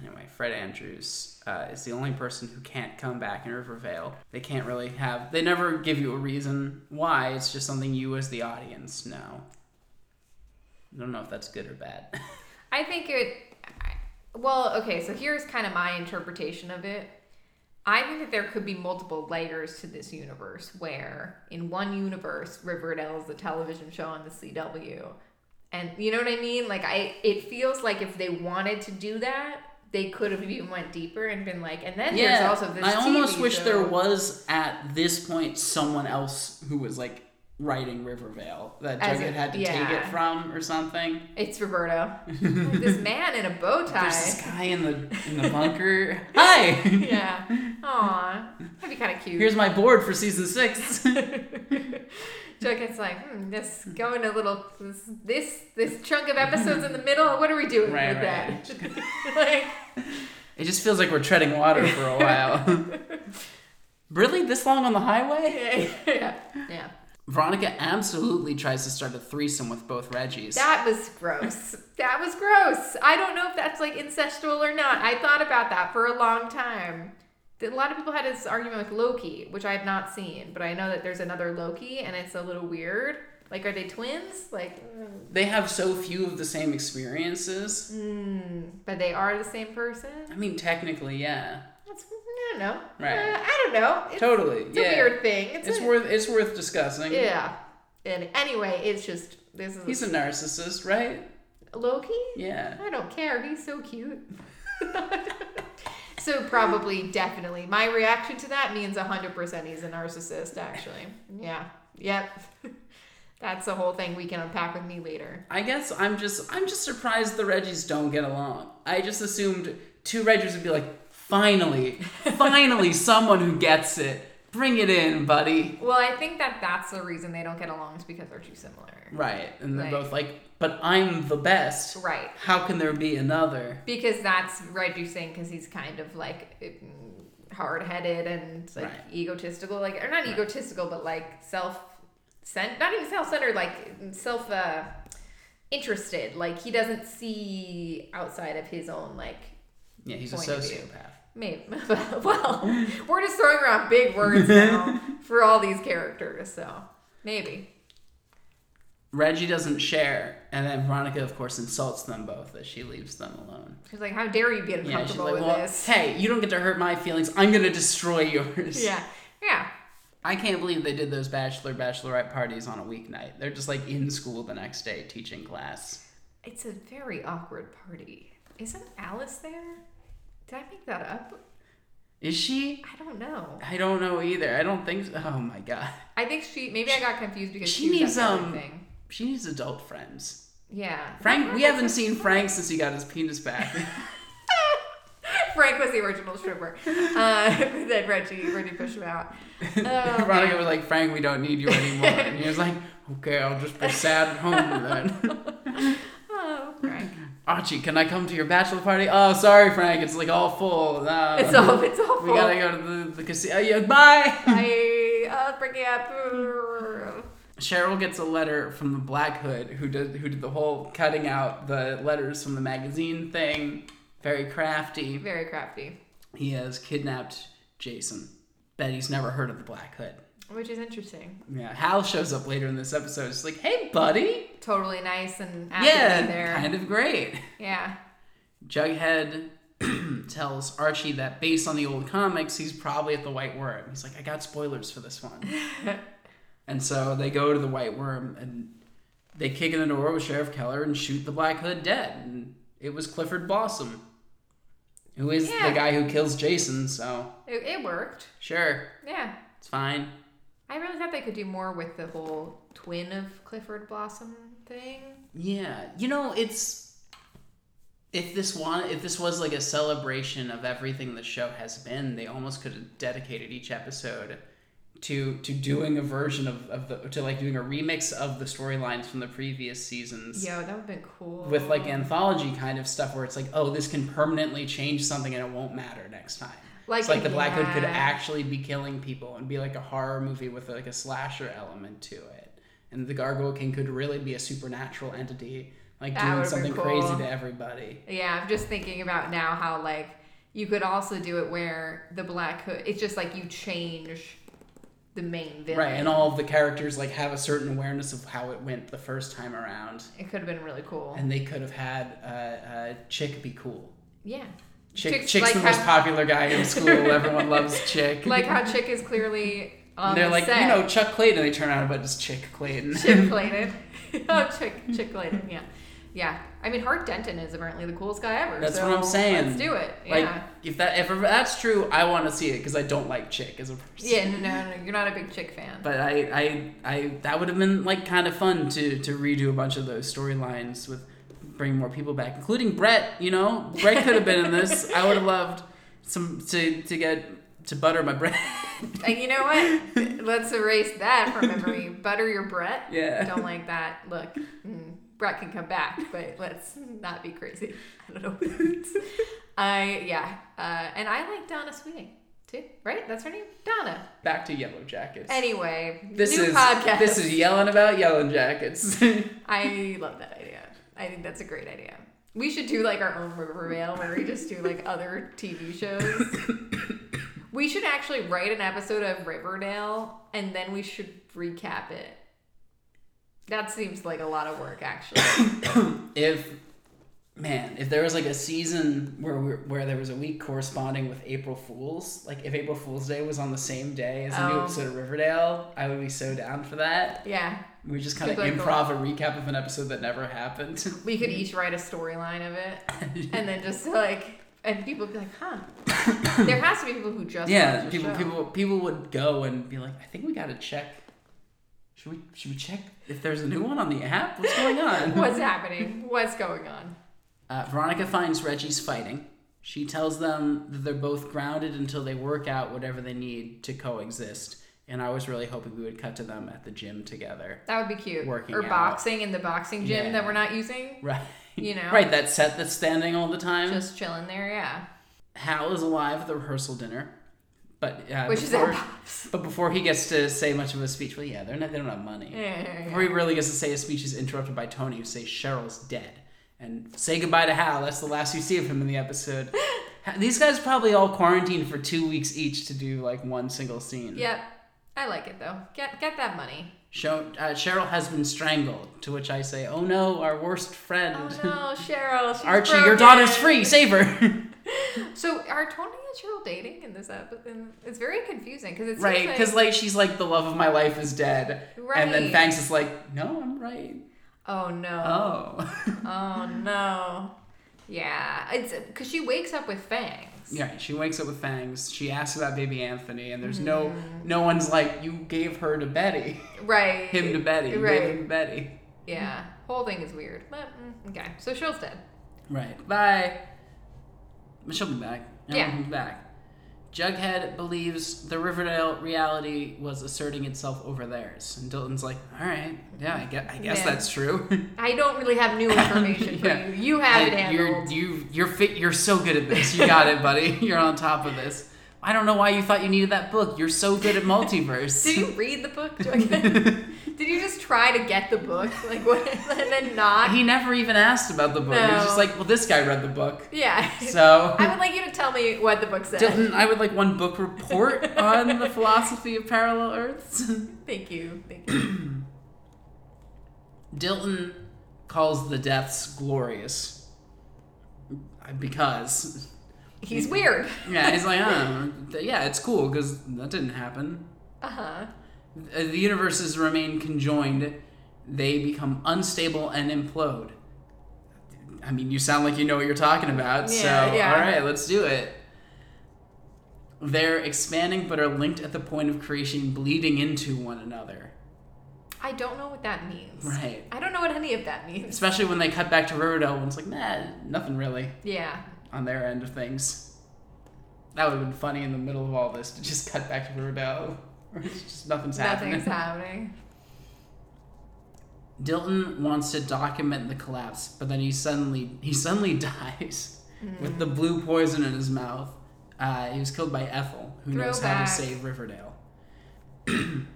Anyway, Fred Andrews uh, is the only person who can't come back in Rivervale. They can't really have. They never give you a reason why. It's just something you, as the audience, know. I don't know if that's good or bad.
I think it. I- Well, okay, so here's kind of my interpretation of it. I think that there could be multiple layers to this universe where, in one universe, Riverdale is the television show on the CW. And you know what I mean? Like, I it feels like if they wanted to do that, they could have even went deeper and been like, and then there's also this.
I almost
TV
wish
show.
there was at this point someone else who was like writing Rivervale that
As a-
Jughead had to take
yeah.
it from or something.
It's Roberto, this man in a bow tie.
There's this guy in the in the bunker. Hi.
yeah, aw, that'd be kind of cute.
Here's my board for season six.
Jughead's like, hmm, this going a little this this this chunk of episodes in the middle. What are we doing
Right,
with
right.
that? like,
it just feels like we're treading water for a while. really? This long on the highway?
yeah, yeah.
Veronica absolutely tries to start a threesome with both Reggies.
That was gross. That was gross. I don't know if that's like incestual or not. I thought about that for a long time. A lot of people had this argument with Loki, which I have not seen, but I know that there's another Loki, and it's a little weird. Like, are they twins? Like, mm,
they have so few of the same experiences.
hmm, but they are the same person.
I mean, technically, yeah.
That's, I don't know.
Right.
Uh, I don't know. It's,
Totally.
it's
yeah.
a weird thing. It's,
It's
a-
worth it's worth discussing.
Yeah. And anyway, it's just this is
He's a narcissist, right?
Loki.
Yeah.
I don't care. He's so cute. so probably, definitely, my reaction to that means hundred percent he's a narcissist. Actually, yeah, yep. That's the whole thing we can unpack with me later.
I guess I'm just I'm just surprised the Reggies don't get along. I just assumed two Rangers would be like, finally, finally, someone who gets it. Bring it in, buddy.
Well, I think that that's the reason they don't get along is because they're too similar.
Right. And they're
Right.
both like, but I'm the best.
Right.
How can there be another?
Because that's Reggie Singh because he's kind of like hard headed and like
Right.
egotistical, like or not egotistical, but like self sent, not even self centered, like self uh, interested. Like he doesn't see outside of his own like.
Yeah, he's a
Point of view.
sociopath.
Maybe. well, we're just throwing around big words now for all these characters, so maybe.
Reggie doesn't share, and then Veronica, of course, insults them both as she leaves them alone.
She's like, "How dare you be
Yeah, she's
uncomfortable
like,
with
well,
this?"
hey, you don't get to hurt my feelings. I'm going to destroy yours.
Yeah, yeah.
I can't believe they did those bachelor bachelorette parties on a weeknight. They're just like in school the next day teaching class.
It's a very awkward party. Isn't Alice there? Did I make that up?
Is she?
I don't know.
I don't know either. I don't think so. Oh my god.
I think she. Maybe I got confused because
She
she,
needs,
was at the
um,
other thing.
She needs adult friends.
Yeah.
Frank, we haven't seen Frank since he got his penis back.
Frank was the original stripper. Uh, then Reggie, Reggie pushed him out. Oh,
Veronica
man.
was like, Frank, we don't need you anymore. And he was like, okay, I'll just be sad at home then.
Oh, Frank.
Archie, can I come to your bachelor party? Oh, sorry, Frank. It's like all full. Uh,
It's all. It's all.
We
full.
gotta go to the, the casino. Yeah, bye.
I uh, bring it up.
Cheryl gets a letter from the Black Hood, who did who did the whole cutting out the letters from the magazine thing. Very crafty.
Very crafty,
He has kidnapped Jason. Betty's never heard of the Black Hood.
which is interesting.
Yeah, Hal shows up later in this episode. It's like, hey, buddy.
Totally nice and happy to be there.
yeah, kind of great.
Yeah.
Jughead tells Archie that based on the old comics, he's probably at the White Worm. He's like, I got spoilers for this one. and so they go to the White Worm and they kick in the door with Sheriff Keller and shoot the Black Hood dead. And it was Clifford Blossom, who is
Yeah.
the guy who kills Jason. So,
It, it worked.
sure,
Yeah.
it's fine.
I really thought they could do more with the whole twin of Clifford Blossom thing.
Yeah, you know, it's if this one if this was like a celebration of everything the show has been, they almost could have dedicated each episode to to doing a version of, of the to like doing a remix of the storylines from the previous seasons.
Yo, that would have been cool.
With like anthology kind of stuff where it's like, oh, this can permanently change something and it won't matter next time.
Like-
it's like the Black Hood could
yeah.
actually be killing people and be like a horror movie with like a slasher element to it. And the Gargoyle King could really be a supernatural entity, like
That
doing
would've
something
been
crazy
cool.
to everybody.
Yeah, I'm just thinking about now how like you could also do it where the Black Hood. It's just like you change the main villain.
Right, and all of the characters like have a certain awareness of how it went the first time around,
It could have been really cool.
and they could have had uh, uh, Chick be cool.
yeah.
Chick,
Chick's
Chick's,
like
the
how-
most popular guy in school. Everyone loves Chick.
Like how Chick is clearly on
And they're
the
like,
set.
you know, Chuck Clayton. They turn around, but it's Chick Clayton.
Chick Clayton. oh, Chick Chick Clayton. Yeah, yeah. I mean, Hart Denton is apparently the coolest guy ever.
That's
so
what I'm saying.
Let's do it.
Like
Yeah.
if that if that's true, I want to see it because I don't like Chick as a person.
Yeah, no, no, no, you're not a big chick fan.
But I, I, I that would have been like kind of fun to to redo a bunch of those storylines with bring more people back, including Brett. You know, Brett could have been in this. I would have loved some to to get to butter my bread.
and you know what? Let's erase that from memory. Butter your Brett.
Yeah.
Don't like that. Look, mm, Brett can come back, but let's not be crazy. I don't know. what it's- I yeah, uh, and I like Donna Sweeney too. Right? That's her name, Donna.
Back to Yellow Jackets.
Anyway,
this
new
is
podcast.
this is yelling about Yellow Jackets.
I love that idea. I think that's a great idea. We should do like our own Riverdale where we just do like other TV shows. we should actually write an episode of Riverdale and then we should recap it. That seems like a lot of work, actually.
if man if there was like a season where we where there was a week corresponding with april fools like if april fools day was on the same day as a new
Oh.
episode of riverdale i would be so down for that
yeah.
we just kind of
Could, like,
improv a recap of an episode that never happened
We could each write a storyline of it and then just like, and people would be like, huh. there has to be people who just watch
yeah
the
people
show.
people people would go and be like i think we gotta check should we should we check if there's a new one on the app what's going on
What's happening? What's going on?
uh, veronica finds reggie's fighting She tells them that they're both grounded until they work out whatever they need to coexist. And I was really hoping we would cut to them at the gym together.
That would be cute.
Working
or
out.
boxing in the boxing gym
Yeah.
that we're not using.
Right.
You know.
Right, that set that's standing all the time.
Just chilling there, yeah.
Hal is alive at the rehearsal dinner, but uh,
Which is
before,
at Pops.
but before he gets to say much of a speech, well, yeah, they're not, they don't have money. Before he really gets to say a speech, he's interrupted by Tony, who says Cheryl's dead, and say goodbye to Hal. That's the last you see of him in the episode. Ha- These guys probably all quarantined for two weeks each to do like one single scene.
Yep. I like it though. Get get that money.
Show, uh, Cheryl has been strangled, to which I say, "Oh no, our worst friend,
Oh no, Cheryl. She's
Archie, your
broken.
daughter's free. Save her."
So are Tony and Cheryl dating in this episode? It's very confusing because it's
Right,
like,
because like she's like the love of my life is dead, and then
Right.
Fangs is like, no, I'm right.
oh no,
Oh,
oh, no, yeah. It's because she wakes up with fangs.
yeah. She wakes up with Fangs. She asks about baby Anthony, and there's no,
Mm-hmm.
no one's like, you gave her to Betty,
Right.
him to Betty, you
Right.
gave him to Betty.
Yeah. Whole thing is weird. But mm, okay, so Cheryl's dead.
Right. Bye. But she'll be back.
Yeah.
Everyone will be back. Jughead believes the Riverdale reality was asserting itself over theirs, and Dilton's like, all right, yeah, I guess, I guess
Yeah.
that's true.
I don't really have new information for
Yeah.
you. You have it
Like, you're
handled.
you you're fit. You're so good at this. You got it, buddy. You're on top of this. I don't know why you thought you needed that book. You're so good at
Did
multiverse.
you read the book? Jughead? Did you just try to get the book, like what, and then not?
he never even asked about the book. He was just
No.
like, well, this guy read the book,
Yeah.
so.
I would like you to tell me what the book says.
Dylan, I would like one book report on the philosophy of parallel Earths.
Thank you. Thank you.
Dilton calls the deaths glorious because
He's weird.
yeah, he's like, oh, yeah, it's cool because that didn't happen.
Uh huh.
Uh, the universes remain conjoined, they become unstable and implode. I mean, you sound like you know what you're talking about,
Yeah,
so
yeah.
all right, let's do it. They're expanding but are linked at the point of creation, bleeding into one another.
I don't know what that means.
Right.
I don't know what any of that means.
Especially when they cut back to Riverdale, when it's like, nah, nothing really
Yeah.
on their end of things. That would have been funny in the middle of all this to just cut back to Riverdale. It's just nothing's happening.
Nothing's happening.
Dilton wants to document the collapse, but then he suddenly he suddenly dies with the blue poison in his mouth. Uh, he was killed by Ethel, who knows how to
Throwback.
save Riverdale. and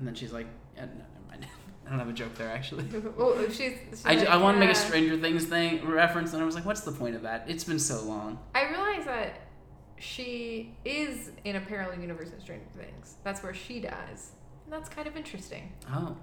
then she's like, eh, no, never mind. I don't have a joke there actually.
Well, Oh, she's. she's
I,
like, uh,
I want to make
"Yeah."
a Stranger Things thing reference, and I was like, what's the point of that? It's been so long.
I realize that she is in a parallel universe in Stranger Things. That's where she dies. And that's kind of interesting.
Oh.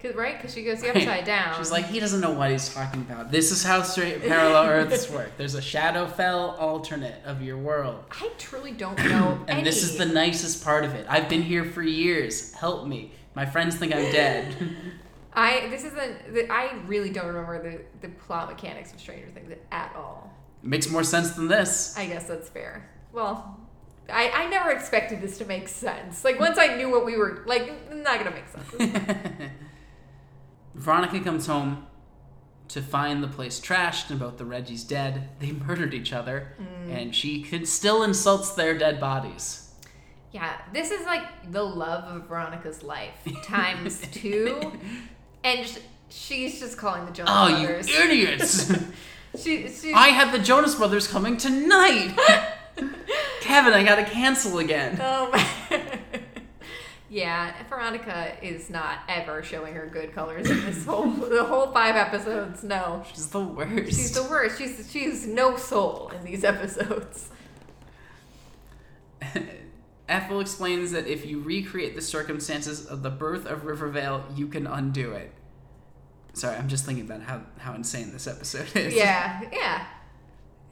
Cause, right? Because she goes the
Right.
upside down.
She's like, he doesn't know what he's talking about. This is how straight parallel Earths work. There's a Shadowfell alternate of your world.
I truly don't know
And
any.
this is the nicest part of it. I've been here for years. Help me. My friends think I'm dead.
I this isn't. The, I really don't remember the, the plot mechanics of Stranger Things at all.
Makes more sense than this.
I guess that's fair. Well, I, I never expected this to make sense. Like once I knew what we were like, not gonna make sense.
Veronica comes home to find the place trashed and both the Reggies dead. They murdered each other,
Mm.
and she could still insults their dead bodies.
yeah, this is like the love of Veronica's life times two, and sh- she's just calling the Jonas
Oh, you
Brothers.
idiots!
She, she,
I had the Jonas Brothers coming tonight. Kevin, I gotta cancel again.
um, yeah, Veronica is not ever showing her good colors in this whole the whole five episodes. No,
She's the worst.
she's the worst. She's she's no soul in these episodes.
Ethel explains that if you recreate the circumstances of the birth of Rivervale, you can undo it. Sorry, I'm just thinking about how, how insane this episode is.
Yeah, yeah.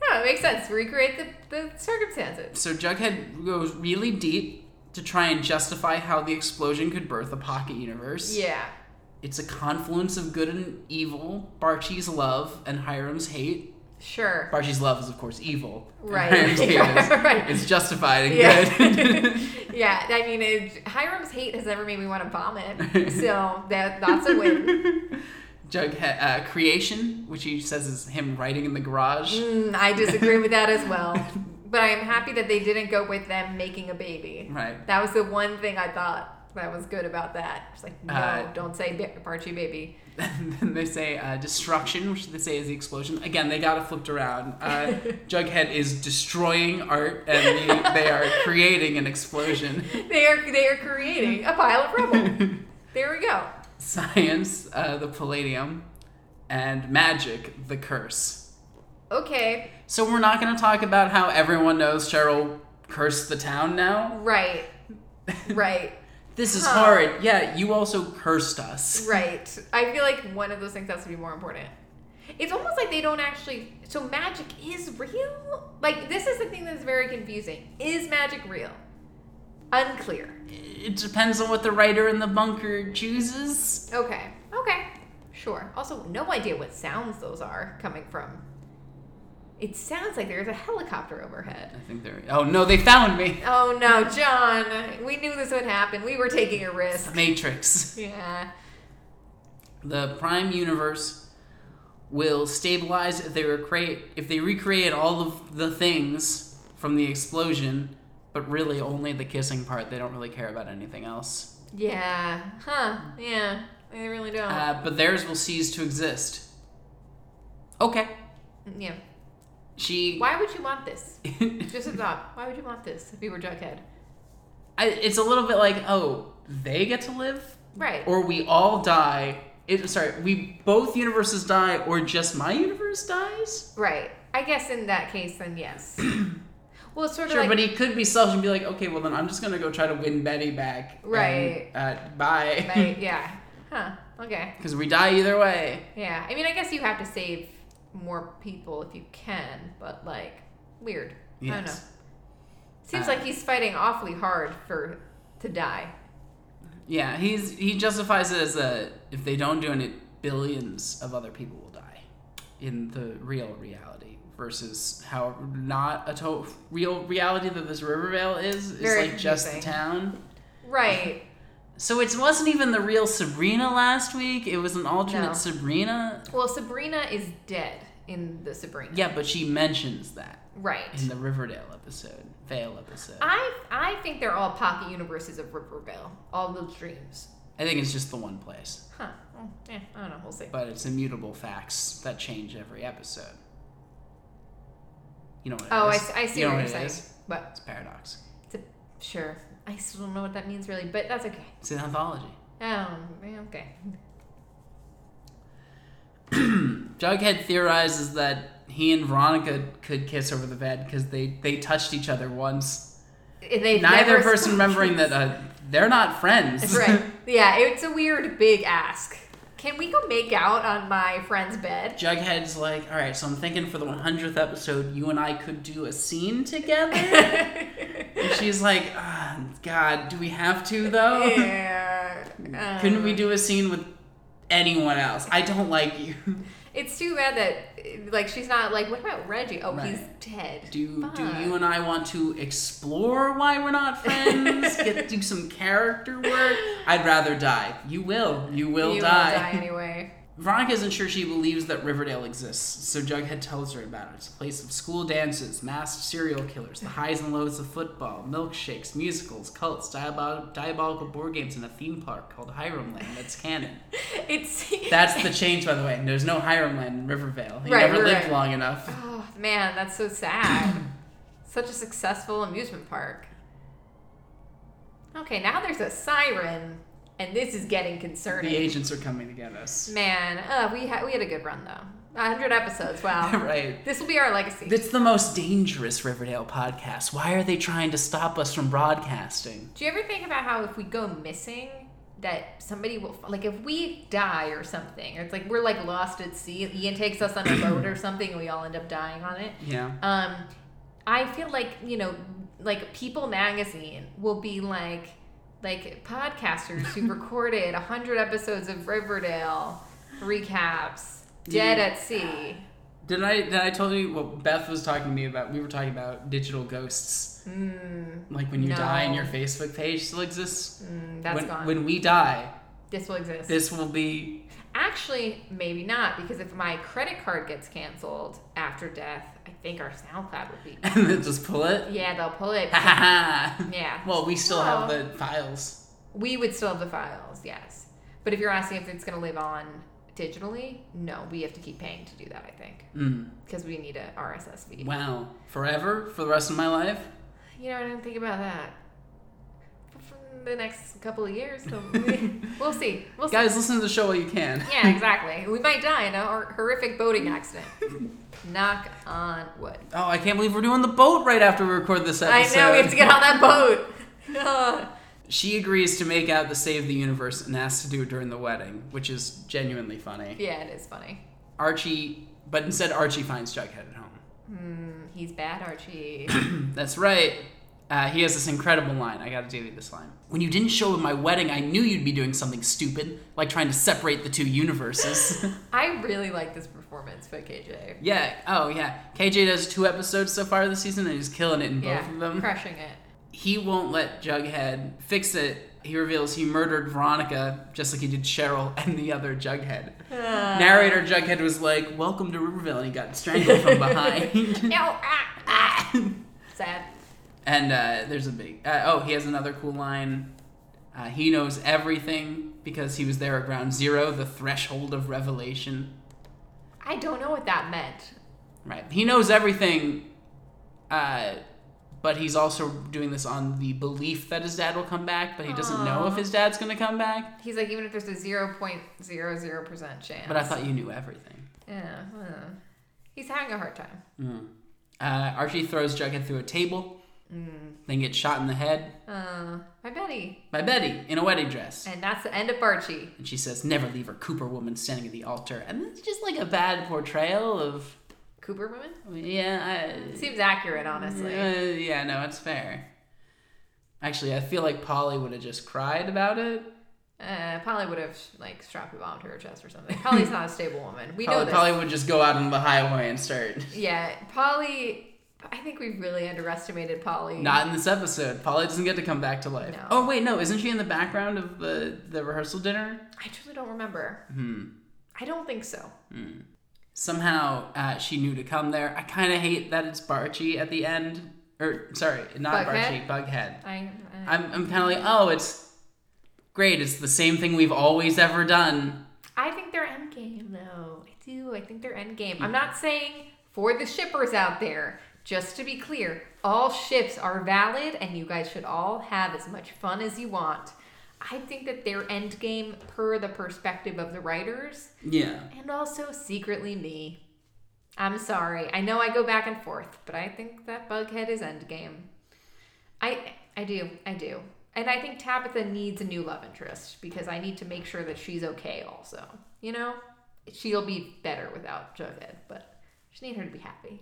No, it makes sense. Recreate the, the circumstances.
So Jughead goes really deep to try and justify how the explosion could birth a pocket universe.
Yeah.
It's a confluence of good and evil, Barchi's love and Hiram's hate.
Sure.
Barshi's love is, of course, evil. And
Right.
Hiram's hate is-
Right.
It's justified and
Yeah.
good.
yeah. I mean, it, Hiram's hate has never made me want to vomit. So that that's a win.
Jughead uh, creation, which he says is him writing in the garage.
Mm, I disagree with that as well. But I am happy that they didn't go with them making a baby.
Right.
That was the one thing I thought that was good about that. It's like, no,
Uh,
don't say ba- Archie baby.
And then they say uh, destruction, which they say is the explosion. Again, they got it flipped around. Uh, Jughead is destroying art, and the, they are creating an explosion.
They are they are creating a pile of rubble. there we go.
Science, uh, the palladium, and magic, the curse.
Okay,
So we're not going to talk about how everyone knows Cheryl cursed the town now.
right, right,
This is
Huh.
hard. Yeah, you also cursed us.
right. I feel like one of those things has to be more important. It's almost like they don't actually. So magic is real. Like this is the thing that's very confusing. Is magic real? Unclear.
It depends on what the writer in the bunker chooses.
Okay. Okay. Sure. Also, no idea what sounds those are coming from. It sounds like there's a helicopter overhead.
I think they're. Oh no, they found me.
Oh no, John! We knew this would happen. We were taking a risk.
Matrix.
Yeah.
the prime universe will stabilize if they recreate if they recreate all of the things from the explosion but really only the kissing part they don't really care about anything else
Yeah. Huh. Yeah. They really don't.
uh, but theirs will cease to exist okay
yeah.
she
Why would you want this? Just a thought. Why would you want this if you were Jughead?
I, it's a little bit like oh they get to live
Right.
or we all die it, sorry we both universes die or just my universe dies
right. I guess in that case, then yes. well, it's sort of
Sure,
like
but he could be selfish and be like, okay, well then I'm just gonna go try to win Betty back. and,
Right.
uh, bye.
Right, yeah. Huh. Okay.
Because we die either way.
Yeah. I mean, I guess you have to save more people if you can, but like, weird. I don't know.
Yes.
Seems
Uh,
like he's fighting awfully hard for to die.
Yeah, he's he justifies it as a if they don't do it, billions of other people will die in the real reality versus how not a to- real reality that this Rivervale is is
Very
like just the
confusing.
town.
Right.
So it wasn't even the real Sabrina last week. It was an alternate
No.
Sabrina.
Well, Sabrina is dead in the Sabrina.
Yeah, but she mentions that
Right.
in the Riverdale episode, Vale episode.
I I think they're all pocket universes of Riverdale. All those dreams.
I think it's just the one place,
Huh. Mm, Yeah, I don't know. We'll see.
but it's immutable facts that change every episode. You know what? It
Oh, I,
is.
s- I see
You know
what you're
it
saying.
is?
But
It's a paradox.
it's a, sure. I still don't know what that means really, but that's okay.
It's an anthology.
Um, yeah, okay.
Jughead theorizes that he and Veronica could kiss over the bed because they they touched each other once.
And Eh, they've
Neither
never-
person remembering that uh, they're not friends.
right. Yeah, it's a weird big ask. Can we go make out on my friend's bed?
Jughead's like, all right, so I'm thinking for the 100th episode, you and I could do a scene together. and she's like, ah, God, do we have to though?
yeah.
Couldn't we
um,
do a scene with anyone else? I don't like you.
It's too bad that like she's not like. What about Reggie? Oh, he's
Right.
dead.
Do do
Fuck.
you and I want to explore why we're not friends? Get do some character work. I'd rather die. You will. You will
You
die.
die anyway.
Veronica isn't sure she believes that Riverdale exists, so Jughead tells her about it. It's a place of school dances, masked serial killers, the highs and lows of football, milkshakes, musicals, cults, diabol- diabolical board games, and a theme park called Hiram Land that's canon.
It's
That's the change, by the way. There's no Hiram Land in Rivervale. He
Right,
never
right,
lived
right.
long enough.
Oh man, that's so sad. Such a successful amusement park. Okay, now there's a siren, and this is getting
The
concerning.
agents are coming to get us.
Man, uh, we had we had a good run though. hundred episodes. Wow.
right.
this will be our legacy.
It's the most dangerous Riverdale podcast. Why are they trying to stop us from broadcasting?
Do you ever think about how if we go missing, that somebody will like if we die or something, or it's like we're like lost at sea. Ian takes us on a boat or something, and we all end up dying on it.
Yeah.
Um, I feel like you know, like People Magazine will be like, like podcasters who recorded hundred episodes of Riverdale recaps, dead
Yeah.
at sea.
Did I did I told you what Beth was talking to me about? We were talking about digital ghosts.
Mm,
Like when you die and
No.
your Facebook page still exists.
mm, that's
when,
gone.
when we die,
this will exist.
this will be
Actually, maybe not, because if my credit card gets canceled after death, I think our SoundCloud would be.
and then just pull it.
Yeah, they'll pull it.
Ha ha ha.
yeah.
Well, we still have
Well-
the files.
We would still have the files, yes. But if you're asking if it's going to live on digitally, no, we have to keep paying to do that, I think,
Mm.
because we need a RSS feed.
Wow. Forever? For the rest of my life?
You know, I didn't think about that. For the next couple of years, so we, we'll see. We'll see.
Guys, listen to the show while you can.
Yeah, exactly. We might die in a hor- horrific boating accident. Knock on wood.
Oh, I can't believe we're doing the boat right after we record this episode.
I know we have to get on that boat. Ugh.
She agrees to make out the save the universe and asks to do it during the wedding, which is genuinely funny.
yeah, it is funny.
Archie, but instead Archie finds Jughead at home. Hmm,
Mm, he's bad, Archie.
That's right. Uh, he has this incredible line. I gotta do this line. When you didn't show up at my wedding, I knew you'd be doing something stupid, like trying to separate the two universes.
I really like this performance by KJ.
yeah. Oh, yeah. KJ does two episodes so far this season, and he's killing it in
Yeah,
both of them.
crushing it.
he won't let Jughead fix it. He reveals he murdered Veronica just like he did Cheryl and the other Jughead.
Uh,
Narrator Jughead was like, "Welcome to Riverville," and he got strangled from behind.
No, ah, ah. Sad.
and uh, there's a big. Uh, oh, he has another cool line. Uh, he knows everything because he was there at Ground Zero, the threshold of revelation.
I don't know what that meant.
Right. He knows everything, uh, but he's also doing this on the belief that his dad will come back, but he doesn't know
Aw.
if his dad's going to come back.
He's like, even if there's a 0.00% chance.
But I thought you knew everything.
Yeah. huh. He's having a hard time.
Uh, Archie throws Jughead through a table,
Mm.
then gets shot in the head
Uh, my Betty.
by Betty in a wedding dress.
And that's the end of Archie.
And she says, Never leave her Cooper woman standing at the altar. And it's just like a bad portrayal of.
Cooper woman?
Yeah, I,
Seems accurate, honestly.
uh, yeah, no, it's fair. Actually, I feel like Polly would have just cried about it.
Uh, Polly would have like strapped a bomb to her chest or something. Polly's not a stable woman. We know
Polly,
this.
Polly would just go out on the highway and start.
Yeah, Polly. I think we've really underestimated Polly.
Not in this episode. Polly doesn't get to come back to life.
No.
Oh wait, no, isn't she in the background of the the rehearsal dinner?
I truly don't remember.
Hmm.
I don't think so.
somehow uh, she knew to come there. I kind of hate that it's Barchi at the end, or sorry, not Barchi,
Bughead?
Bughead.
I. I,
I'm I'm kind of like, oh, it's great. It's the same thing we've always ever done.
I think they're endgame though. I do. I think they're endgame. I'm not saying for the shippers out there. Just to be clear, all ships are valid, and you guys should all have as much fun as you want. I think that their endgame, per the perspective of the writers,
Yeah,
and also secretly me. I'm sorry. I know I go back and forth, but I think that Bughead is endgame. I I do. I do. And I think Tabitha needs a new love interest because I need to make sure that she's okay also. You know? She'll be better without Jughead, but I just need her to be happy.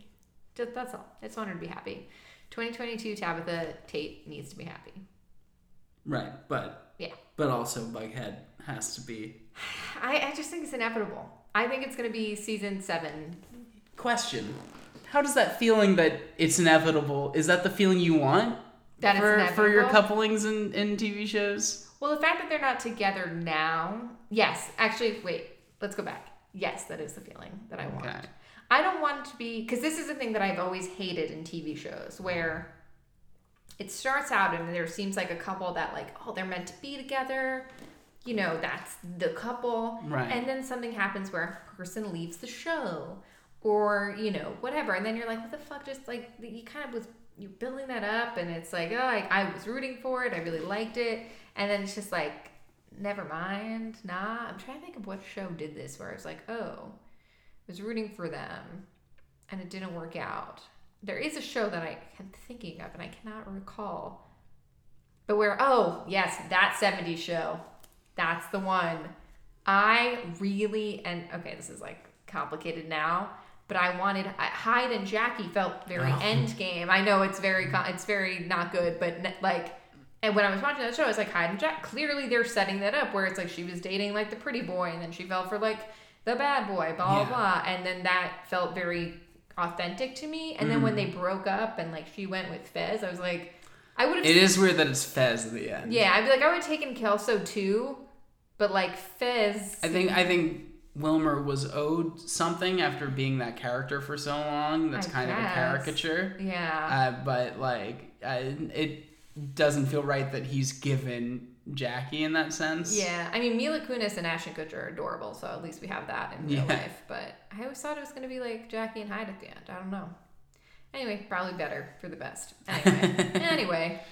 Just that's all. I just want her to be happy. 2022 Tabitha Tate needs to be happy.
right. But
Yeah.
but also Bughead has to be
I, I just think it's inevitable. I think it's gonna be season seven.
question. How does that feeling that it's inevitable? Is that the feeling you want
That it's
for for your
inevitable?
couplings in in TV shows?
Well, the fact that they're not together now. Yes, actually, wait. Let's go back. Yes, that is the feeling that I want.
Okay.
I don't want to be because this is the thing that I've always hated in TV shows where it starts out and there seems like a couple that like oh they're meant to be together, you know that's the couple,
Right.
And then something happens where a person leaves the show or you know whatever, and then you're like what the fuck just like you kind of was you're building that up and it's like oh I, I was rooting for it I really liked it and then it's just like never mind nah I'm trying to think of what show did this where it's like oh was rooting for them and it didn't work out. There is a show that I am thinking of and I cannot recall. But where, oh, yes, that 70s show. That's the one. I really, and okay, this is like complicated now, but I wanted, I- Hyde and Jackie felt very
Oh.
end game. I know it's very, co- it's very not good, but n- like, and when I was watching that show, I was like, Hyde and Jack, clearly they're setting that up where it's like she was dating like the pretty boy and then she fell for like the bad boy, blah, blah,
Yeah.
blah. And then that felt very authentic to me. And
Mm.
then when they broke up and like she went with Fez, I was like, I would have,
It is weird that it's Fez at the end.
yeah, I'd be like, I would have taken Kelso too, But like Fizz,
I think I think Wilmer was owed something after being that character for so long. That's
I
kind of a
guess.
caricature.
yeah,
Uh, but like, uh, it doesn't feel right that he's given Jackie in that sense.
yeah. I mean, Mila Kunis and Ashton Kutcher are adorable, so at least we have that in real
Yeah.
life. But I always thought it was gonna be like Jackie and Hyde at the end. I don't know. Anyway, probably better for the best. Anyway, anyway,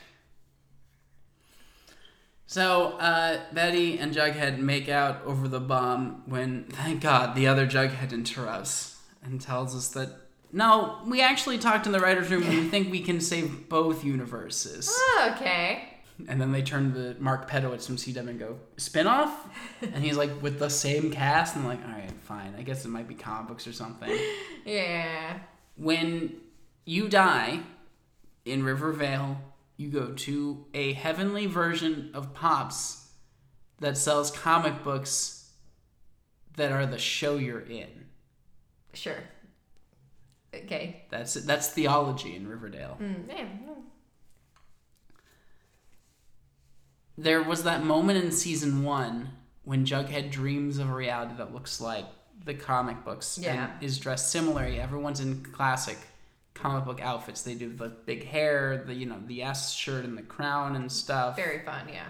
So uh, Betty and Jughead make out over the bomb when, thank God, the other Jughead interrupts and tells us that no, we actually talked in the writers' room and we think we can save both universes.
Oh, okay.
And then they turn to Mark Pedowitz from CW and go spinoff, and he's like with the same cast and I'm like all right, fine, I guess it might be comic books or something.
Yeah.
When you die in Rivervale, you go to a heavenly version of Pops that sells comic books that are the show you're in.
Sure. Okay.
That's that's theology in Riverdale.
Mm, yeah. mm.
There was that moment in season 1 when Jughead dreams of a reality that looks like the comic books
Yeah.
and is dressed similarly. Everyone's in classic comic book outfits. They do the big hair, the you know, the S shirt and the crown and stuff.
Very fun. Yeah.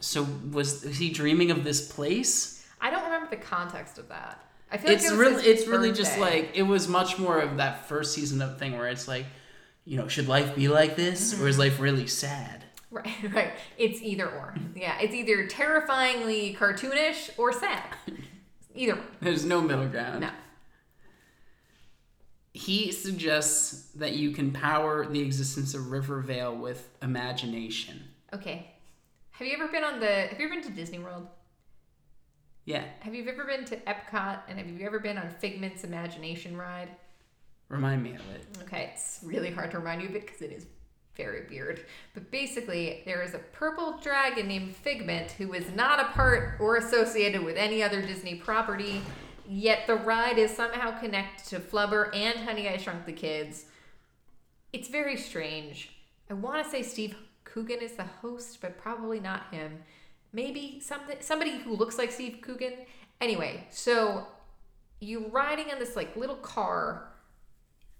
So was, was he dreaming of this place?
I don't remember the context of that. I feel
It's
like it was
really
his
it's really just
birthday.
like it was much more of that first season of thing where it's like, you know, should life be like this
Mm-hmm.
or is life really sad?
right, right. It's either or. Yeah, it's either terrifyingly cartoonish or sad. Either one.
There's no middle ground.
No.
He suggests that you can power the existence of Rivervale with imagination.
Okay. Have you ever been on the? Have you ever been to Disney World?
Yeah,
Have you ever been to Epcot? And have you ever been on Figment's Imagination ride?
remind me of it.
Okay, it's really hard to remind you of it because it is very weird. But basically, there is a purple dragon named Figment who is not a part or associated with any other Disney property, yet the ride is somehow connected to Flubber and Honey I Shrunk the Kids. It's very strange. I want to say Steve Coogan is the host, but probably not him. Maybe something somebody who looks like Steve Coogan. Anyway, so you riding on this like little car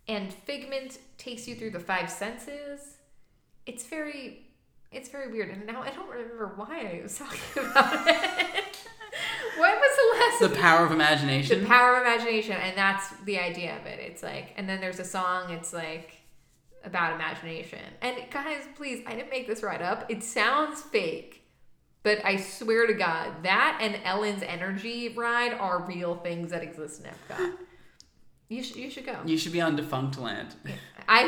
and figment takes you through the five senses it's very it's very weird and now i don't remember why i was talking about it what was the
The
last
power of imagination.
the power of imagination and that's the idea of it it's like and then there's a song it's like about imagination and guys please i didn't make this right up it sounds fake but i swear to god that and ellen's energy ride are real things that exist in epcot you, sh- you should go
you should be on Defunct Land.
I,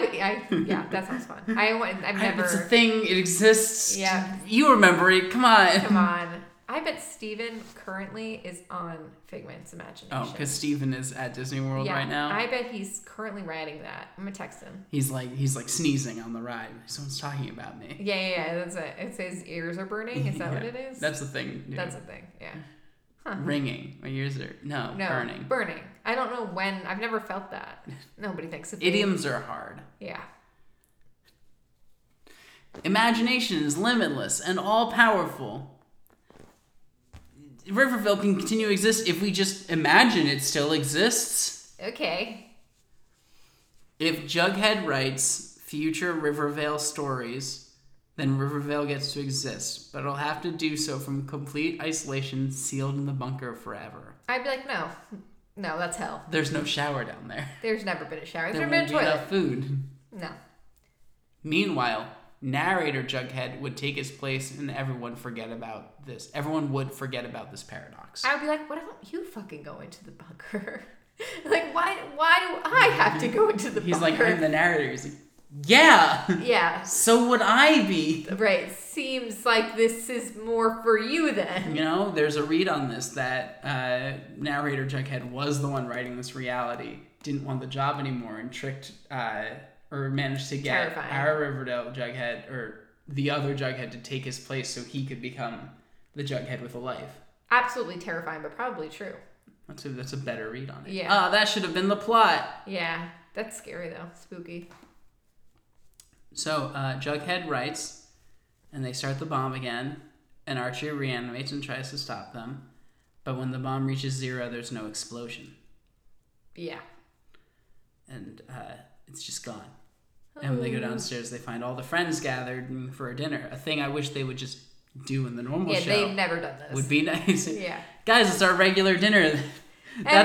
I yeah, that sounds fun. I want. I've
It's a
never.
thing. It exists.
Yeah.
You remember it. Come on.
Come on. I bet Steven currently is on Figment's imagination.
Oh, because Steven is at Disney World
yeah,
right now.
I bet he's currently writing that. I'm gonna text him.
He's like he's like sneezing on the ride. Someone's talking about me.
Yeah, yeah, yeah. That's it. It says ears are burning. Is that what
Yeah.
it is?
That's the thing. dude.
that's a thing. Yeah. Huh.
ringing. My ears are no,
No,
Uh, burning.
Burning. I don't know when. I've never felt that. Nobody thinks of
Idioms are hard.
Yeah.
Imagination is limitless and all powerful. Riverville can continue to exist if we just imagine it still exists.
Okay.
If Jughead writes future Rivervale stories, then Rivervale gets to exist, but it'll have to do so from complete isolation, sealed in the bunker forever.
I'd be like, no, no, that's hell.
There's no shower down there.
There's never been a shower. There's
There
never been
won't be
a toilet.
enough food.
No.
Meanwhile, narrator Jughead would take his place and everyone forget about this. Everyone would forget about this paradox.
I would be like, why don't you fucking go into the bunker? like, why why do I have to go into the
He's like,
bunker?
I'm the narrator. He's like, yeah,
yeah,
so would I be.
right. Seems like this is more for you then.
You know, there's a read on this that uh, narrator Jughead was the one writing this reality, didn't want the job anymore, and tricked uh, or managed to get
Terrifying.
our Riverdale Jughead or the other Jughead to take his place so he could become the Jughead with a life.
Absolutely terrifying, but probably true.
That's a, that's a better read on it.
Yeah.
Ah, that should have been the plot.
Yeah, that's scary though. Spooky.
So uh, Jughead writes, and they start the bomb again, and Archer reanimates and tries to stop them. But when the bomb reaches zero, there's no explosion,
Yeah.
and uh, it's just gone. And when they
Oh.
go downstairs, they find all the friends gathered for a dinner. A thing I wish they would just do in the normal
yeah,
show
they've never done this.
would be nice.
yeah.
Guys, it's our regular dinner. That's,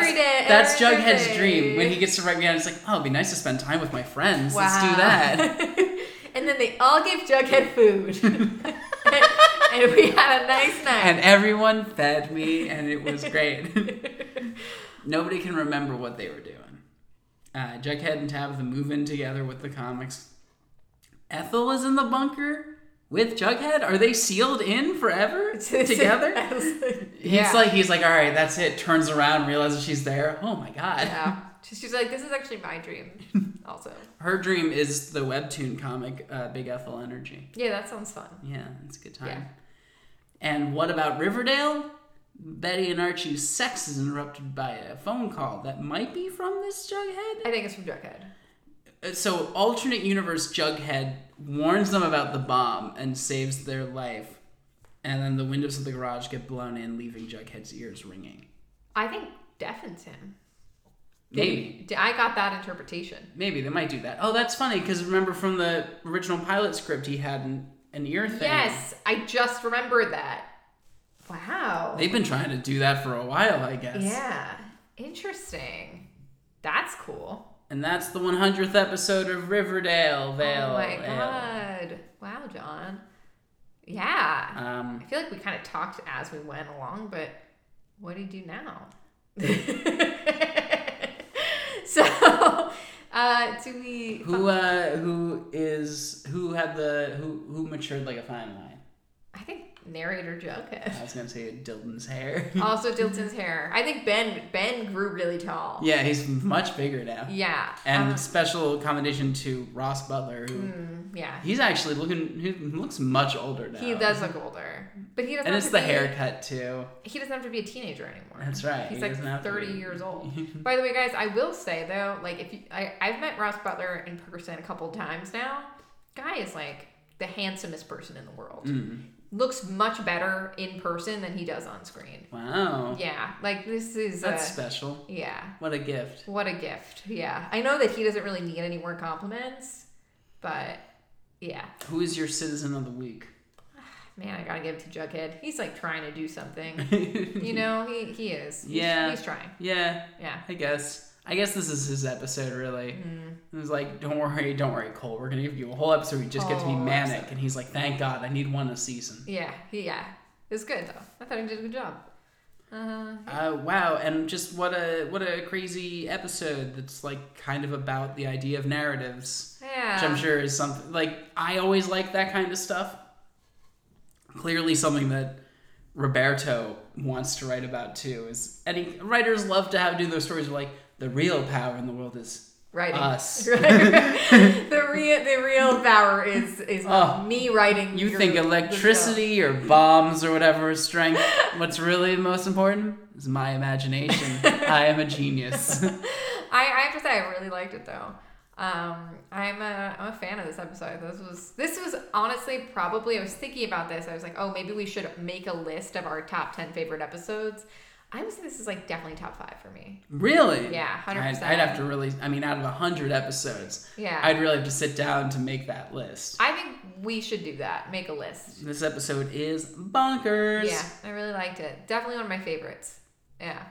Every day,
That's
every
Jughead's
day.
dream. When he gets to write me out, it's like, oh, it'd be nice to spend time with my friends.
Wow.
Let's do that.
and then they all gave Jughead food. and we had a nice
and
night.
everyone fed me, and it was great. Nobody can remember what they were doing. Uh, Jughead and Tabitha move in together with the comics. Ethel is in the bunker with Jughead. Are they sealed in forever
I
together?
was like, yeah.
He's like, he's like, all right, that's it. Turns around, realizes she's there. Oh my god.
Yeah. She's just like, this is actually my dream, also.
Her dream is the webtoon comic, uh, Big Ethel Energy.
Yeah, that sounds fun.
Yeah, it's a good time.
Yeah.
And what about Riverdale? Betty and Archie's sex is interrupted by a phone call that might be from this Jughead.
I think it's from Jughead.
Uh, So, alternate universe Jughead warns them about the bomb and saves their life. And then the windows of the garage get blown in, leaving Jughead's ears ringing.
I think deafens him.
Maybe.
D- I got that interpretation.
Maybe they might do that. Oh, that's funny because remember from the original pilot script, he had an, an ear thing.
Yes, I just remembered that. Wow.
They've been trying to do that for a while, I guess.
Yeah. Interesting. That's cool.
And that's the 100th episode of Riverdale. Vale.
oh my
Vale.
god. Wow, John. Yeah.
Um,
I feel like we kind of talked as we went along, but what do you do now? so, uh, do we?
who uh, who is who had the who who matured like a fine wine?
I think narrator Jughead.
I was gonna say Dilton's hair.
Also, Dilton's hair. I think Ben Ben grew really tall.
yeah, he's much bigger now.
Yeah.
And
Um,
special commendation to Ross Butler,
Mm.
who
yeah.
he's actually looking he looks much older now.
He does look older, but he doesn't.
And
have
it's
to
the
be-
haircut too.
He doesn't have to be a teenager anymore.
That's right.
He's
He doesn't
like
have to be.
30 years old. By the way, guys, I will say though, like if you, I, I've met Ross Butler in person a couple times now. Guy is like the handsomest person in the world.
Mm.
Looks much better in person than he does on screen.
Wow.
Yeah, like this is uh,
That's special.
yeah.
What a gift.
What a gift. Yeah, I know that he doesn't really need any more compliments, but yeah,
Who is your citizen of the week?
man, I gotta give it to Jughead. He's like trying to do something. you know, he he is. He's-
Yeah.
he's trying.
yeah,
Yeah.
I guess. I guess this is his episode, really.
Mm.
It was like, don't worry, don't worry, Cole. We're gonna give you a whole episode. We just get to be
Whole
manic, and he's like, thank God, I need one a season.
Yeah, he, yeah. It was good though. I thought he did a good job. Uh,
Uh, wow, and just what a what a crazy episode that's like kind of about the idea of narratives,
yeah.
which I'm sure is something like I always like that kind of stuff. Clearly, something that Roberto wants to write about too is any writers love to have do those stories where like the real power in the world is
Writing.
us.
the real the real power is is
Oh.
me writing.
You
your-
think
the show.
electricity or bombs or whatever is strength. What's really most important is my imagination. I am a genius.
I, I have to say I really liked it though. Um, I'm a I'm a fan of this episode. This was this was honestly probably I was thinking about this. I was like, oh, maybe we should make a list of our top ten favorite episodes. I would say this is like definitely top five for me.
really?
Yeah, 100%.
I'd, I'd have to really, I mean, out of 100 episodes,
Yeah.
I'd really have to sit down to make that list.
I think we should do that. Make a list.
This episode is bonkers.
Yeah, I really liked it. Definitely one of my favorites. Yeah.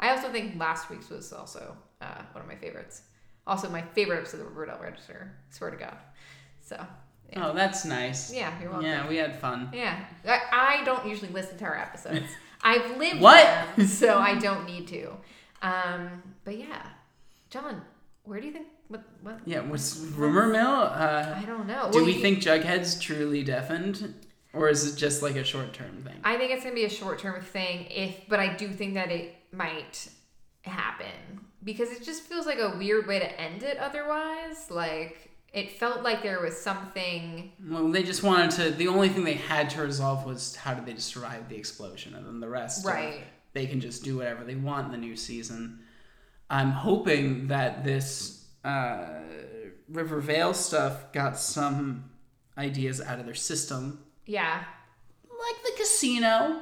I also think last week's was also uh, one of my favorites. Also, my favorite episode of the Riverdale Register. Swear to God. So,
Oh, that's nice.
yeah, you're welcome.
Yeah, we had fun.
Yeah. I, I don't usually listen to our episodes. I've lived
What?
them, so I don't need to. Um, but yeah. John, where do you think? What? what
Yeah, was rumor mill? Uh,
I don't know.
do
Well,
we
you-
think Jughead's truly deafened? Or is it just like a short term thing?
I think it's gonna be a short term thing if but I do think that it might happen. Because it just feels like a weird way to end it otherwise. Like it felt like there was something
Well, they just wanted to. The only thing they had to resolve was how did they survive the explosion, and then the rest, uh,
Right.
they can just do whatever they want in the new season. I'm hoping that this uh, River Vale stuff got some ideas out of their system,
yeah.
like a casino.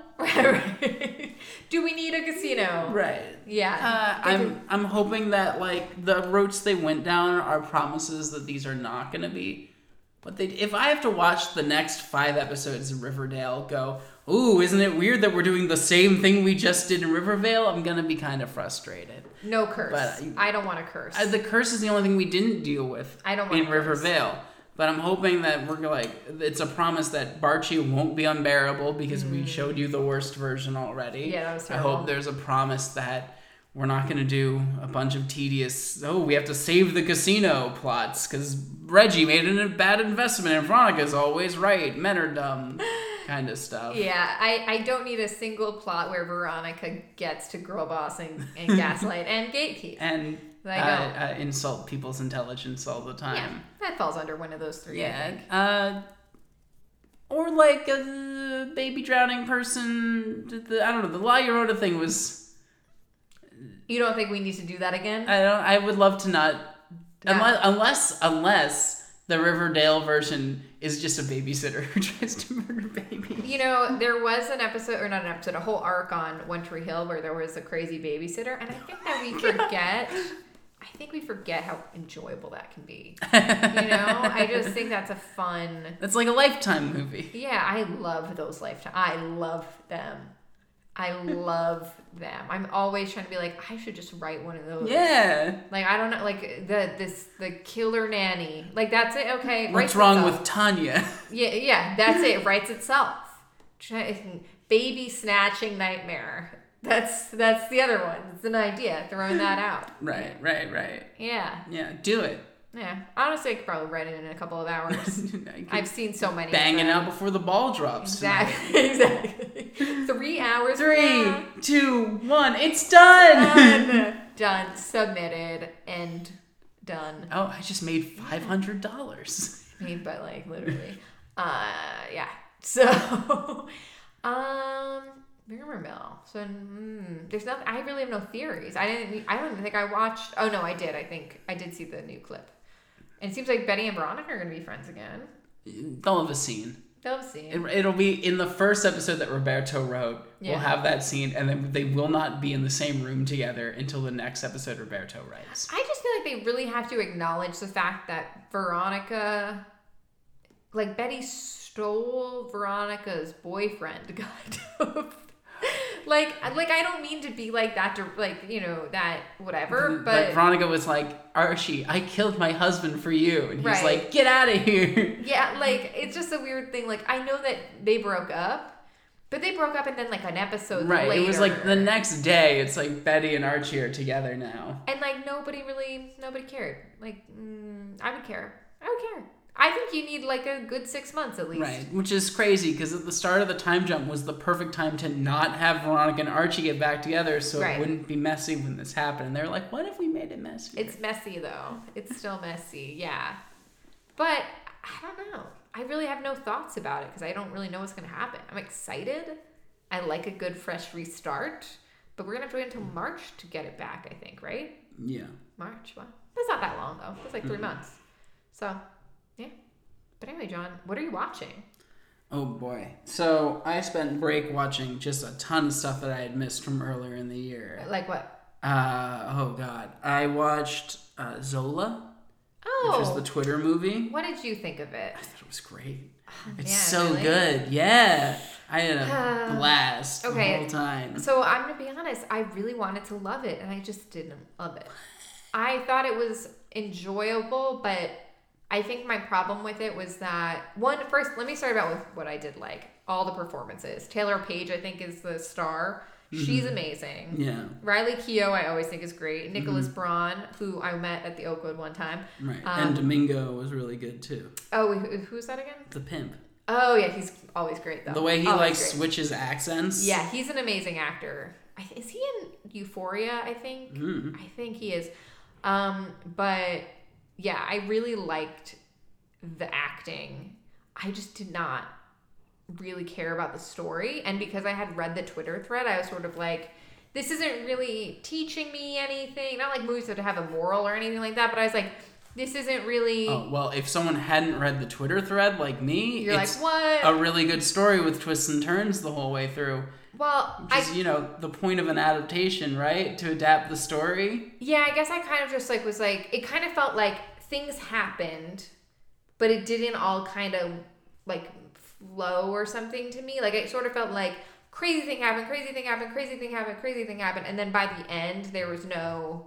Right. Do we need a casino?
Right.
Yeah.
Uh, I'm I'm hoping that like the routes they went down are promises that these are not going to be. But they, if I have to watch the next five episodes of Riverdale, go, ooh, isn't it weird that we're doing the same thing we just did in Rivervale? I'm gonna be kind of frustrated.
no curse.
but
I don't want to curse.
Uh, the curse is the only thing we didn't deal with
I don't want
in
curse.
Rivervale. But I'm hoping that we're like it's a promise that Barchi won't be unbearable because we showed you the worst version already.
Mm. Yeah, that was
I
terrible.
hope there's a promise that we're not going to do a bunch of tedious oh we have to save the casino plots because Reggie made a bad investment and Veronica's always right men are dumb kind of stuff.
yeah, I, I don't need a single plot where Veronica gets to girl boss and, and gaslight and gatekeep.
And
Like, um,
I, I insult people's intelligence all the time.
yeah, that falls under one of those three. I
Yeah.
think.
Uh, or like a baby drowning person. The, I don't know. The La Llorona thing was.
You don't think we need to do that again?
I don't. I would love to not.
Yeah.
Unless, unless, unless the Riverdale version is just a babysitter who tries to murder babies.
You know, there was an episode, or not an episode, a whole arc on One Tree Hill where there was a crazy babysitter, and I think that we forget. I think we forget how enjoyable that can be. You know, I just think that's a fun.
That's like a lifetime movie.
Yeah, I love those lifetime. I love them. I love them. I'm always trying to be like, I should just write one of those.
Yeah.
Like I don't know, like the this the killer nanny. Like that's it. Okay.
What's
writes
wrong
itself.
with Tanya?
Yeah, yeah, that's it. It writes itself. Try- Baby snatching nightmare. That's that's the other one. It's an idea. Throwing that out.
right. Right. Right.
Yeah,
Yeah. Do it.
yeah. Honestly, I could probably write it in a couple of hours. I've seen so many.
banging out
up.
before the ball drops.
Exactly. Exactly. Three hours. from
Three,
now.
two, one. It's done.
Done. Done. Submitted and done.
Oh, I just made five hundred dollars.
made but like literally uh yeah so um Mirror Mill. So mm, there's nothing. I really have no theories. I didn't. e, I don't think I watched. Oh no, I did. I think I did see the new clip. And it seems like Betty and Veronica are gonna be friends again.
They'll have a scene.
They'll see.
It, it'll be in the first episode that Roberto wrote. We'll
Yeah.
have that scene, and then they will not be in the same room together until the next episode Roberto writes.
I just feel like they really have to acknowledge the fact that Veronica, like Betty, stole Veronica's boyfriend. Kind of. like, like I don't mean to be like that. dir- Like you know that whatever,
like
but
Veronica was like, Archie, I killed my husband for you, and he's
Right.
like, Get out of here.
yeah, like it's just a weird thing. Like I know that they broke up, but they broke up and then like an episode
Right.
later.
It was like the next day. It's like Betty and Archie are together now.
and like nobody really nobody cared. Like mm, I would care. I would care. I think you need like a good six months at least.
Right, which is crazy because at the start of the time jump was the perfect time to not have Veronica and Archie get back together, so it
Right.
wouldn't be messy when this happened. And they're like, "What if we made it messy?"
It's messy though. It's still messy, yeah. But I don't know. I really have no thoughts about it because I don't really know what's going to happen. I'm excited. I like a good fresh restart, but we're gonna have to wait until March to get it back. I think, right?
yeah.
March. Wow, that's not that long though. That's like 3
Mm-hmm.
months. So, yeah. But anyway, John, what are you watching?
Oh boy. So I spent break watching just a ton of stuff that I had missed from earlier in the year.
Like what?
Uh, oh god, I watched uh, Zola, which is
Oh,
the Twitter movie.
what did you think of it?
I thought it was great. It's
Oh, yeah,
so
really?
good. Yeah, I had a
Uh,
blast the
okay.
whole time.
So I'm gonna be honest. I really wanted to love it, and I just didn't love it. I thought it was enjoyable, but I think my problem with it was that one first. Let me start about with what I did like. All the performances. Taylor Page, I think, is the star. She's amazing.
Mm-hmm. yeah, Mm-hmm.
Riley Keough, I always think is great. Nicholas Braun, who I met at the Oakwood one time.
right.
Um,
and Domingo was really good too.
Oh, who- who's that again?
The pimp.
Oh yeah, he's always great though.
The way he
Always
like
oh, great.
switches accents.
Yeah, he's an amazing actor. I th- Is he in Euphoria? I
Mm-hmm.
think.
Hmm.
I think he is. Um, but yeah, I really liked the acting. I just did not really care about the story, and because I had read the Twitter thread, I was sort of like. This isn't really teaching me anything. Not like movies have to have a moral or anything like that, but I was like, this isn't really.
Oh, well, if someone hadn't read the Twitter thread like me,
you're like
it's
what?
a really good story with twists and turns the whole way through.
well,
Which
I
is, you know, the point of an adaptation, right? To adapt the story.
Yeah, I guess I kind of just like was like it kind of felt like things happened, but it didn't all kind of like flow or something to me. Like it sort of felt like crazy thing happened, crazy thing happened, crazy thing happened, crazy thing happened, and then by the end there was no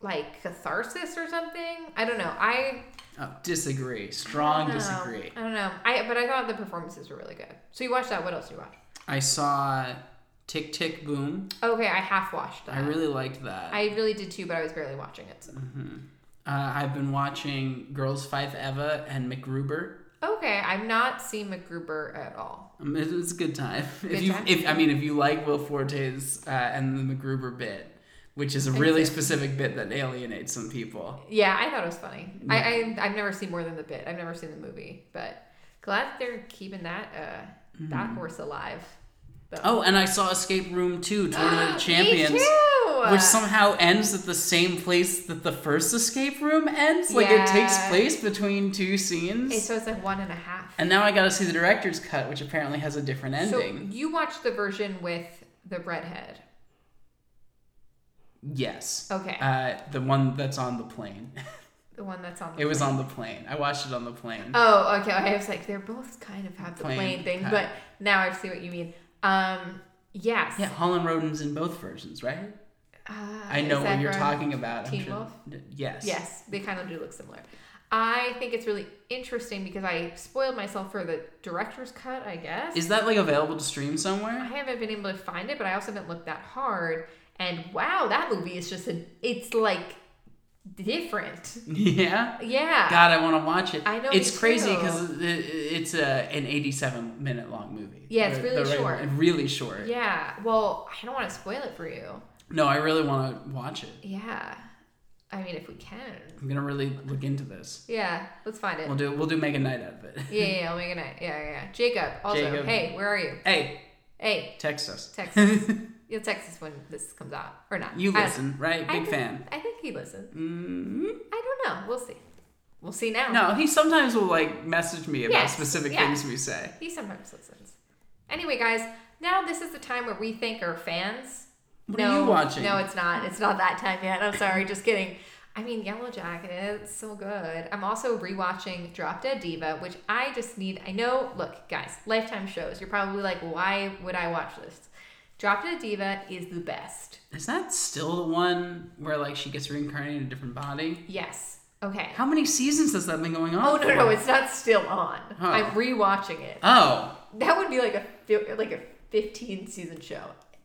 like catharsis or something. I don't know. I
Oh, disagree. Strong
I don't know.
disagree.
I don't know. I but I thought the performances were really good. So you watched that. What else did you watch?
I saw Tick Tick Boom.
Okay, I half watched that.
I really liked that.
I really did too, but I was barely watching it. So.
uh, I've been watching Girls Five Eva and McGruber.
Okay, I've not seen MacGruber at all.
Um, it was a good time. if
Good
you,
time?
if I mean, if you like Will Forte's uh, and the MacGruber bit, which is a really
you.
specific bit that alienates some people.
Yeah, I thought it was funny. I, I I've never seen more than the bit. I've never seen the movie, but glad that they're keeping that uh that horse alive. Though.
Mm-hmm. Oh, and I saw Escape Room Two, Tournament of Champions,
Me too!
which somehow ends at the same place that the first Escape Room ends. Like it takes
Yeah.
place between two scenes.
Okay, so it's like one and a half.
and now I got to see the director's cut, which apparently has a different ending.
So you watched the version with the redhead.
yes.
Okay,
Uh, the one that's on the plane.
the one that's on. The
it was on the plane. I watched it on the plane.
Oh, okay. I was like, they're both kind of have the
Plain
plain thing,
cut.
but now I see what you mean. Um, yes.
Yeah, Holland Roden's in both versions, right?
Uh,
I
is
know what
that
you're
from-
talking about. I'm
Teen
sure-
Wolf?
Yes.
Yes, they kind of do look similar. I think it's really interesting because I spoiled myself for the director's cut, I guess.
Is that like available to stream
I
somewhere?
haven't been able to find it, but I also haven't looked that hard. And wow, that movie is just an it's like different.
yeah.
Yeah.
God, I want to watch it.
I know, me
It's crazy
too.
because it's a, an 87 minute long movie.
Yeah, it's
Or
really
the right-
short.
Really short.
Yeah. Well, I don't want to spoil it for you.
No, I really want to watch it.
Yeah. I mean, if we can.
I'm gonna really look into this.
Yeah, let's find it.
We'll do we'll do make a night out of it.
yeah, yeah, yeah, I'll make a night. Yeah, yeah, yeah. Jacob, also,
Jacob.
hey, where are you?
Hey,
Hey,
text us.
text us. You'll text us when this comes out. Or not.
you
I don't-
listen, right?
I
Big
think-
fan.
I think he listens.
mm
I don't know. We'll see. We'll see now.
No, he sometimes will like message me about
Yes,
specific
yeah.
things we say.
He sometimes listens. Anyway, guys, now this is the time where we thank our fans.
What
no,
are you watching?
No, it's not. It's not that time yet. I'm sorry. Just kidding. I mean, Yellow Jacket is so good. I'm also rewatching Drop Dead Diva, which I just need. I know, look, guys, Lifetime shows. You're probably like, why would I watch this? Drop Dead Diva is the best.
Is that still the one where like she gets reincarnated in a different body?
Yes. Okay.
How many seasons has that been going on?
Oh no,
for?
no, it's not still on.
Huh.
I'm rewatching it.
Oh
That would be like a fi- like a 15 season show.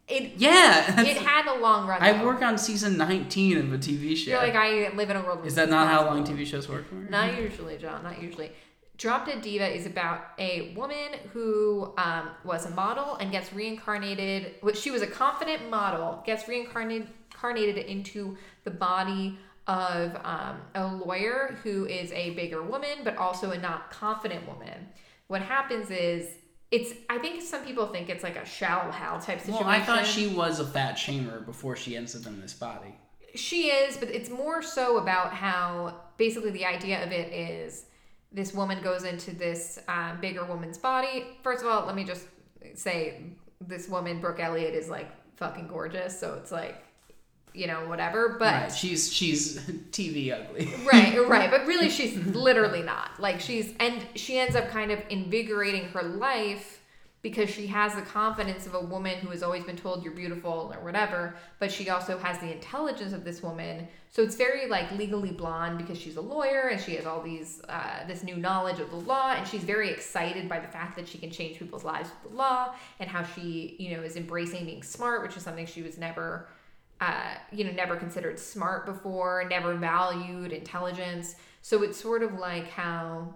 It
yeah.
it had a long run.
I
though.
work on season 19 of a TV show.
You're like I live in a world. where
Is
this
that not how
possible.
long TV shows work for?
Not usually, John. Not usually. Drop Dead Diva is about a woman who um, was a model and gets reincarnated. Well, she was a confident model, gets reincarnated incarnated into the body of um, a lawyer who is a bigger woman, but also a not confident woman. What happens is it's. I think some people think it's like a shallow hal type situation.
Well, I thought she was a fat shamer before she ends up in this body.
She is, but it's more so about how basically the idea of it is this woman goes into this um, bigger woman's body. First of all, let me just say this woman, Brooke Elliott, is like fucking gorgeous. So it's like, you know, whatever. But
right. She's she's TV ugly.
right right but really she's literally not like she's and she ends up kind of invigorating her life because she has the confidence of a woman who has always been told you're beautiful or whatever but she also has the intelligence of this woman so it's very like legally blonde because she's a lawyer and she has all these uh, this new knowledge of the law and she's very excited by the fact that she can change people's lives with the law and how she you know is embracing being smart which is something she was never uh, you know, never considered smart before, never valued intelligence. So it's sort of like how,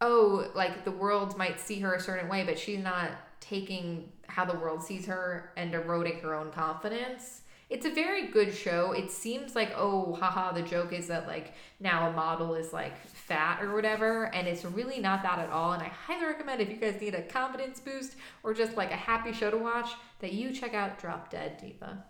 oh, like the world might see her a certain way, but she's not taking how the world sees her and eroding her own confidence. It's a very good show. It seems like, oh, haha, the joke is that like now a model is like fat or whatever, and it's really not that at all. And I highly recommend if you guys need a confidence boost or just like a happy show to watch, that you check out Drop Dead Diva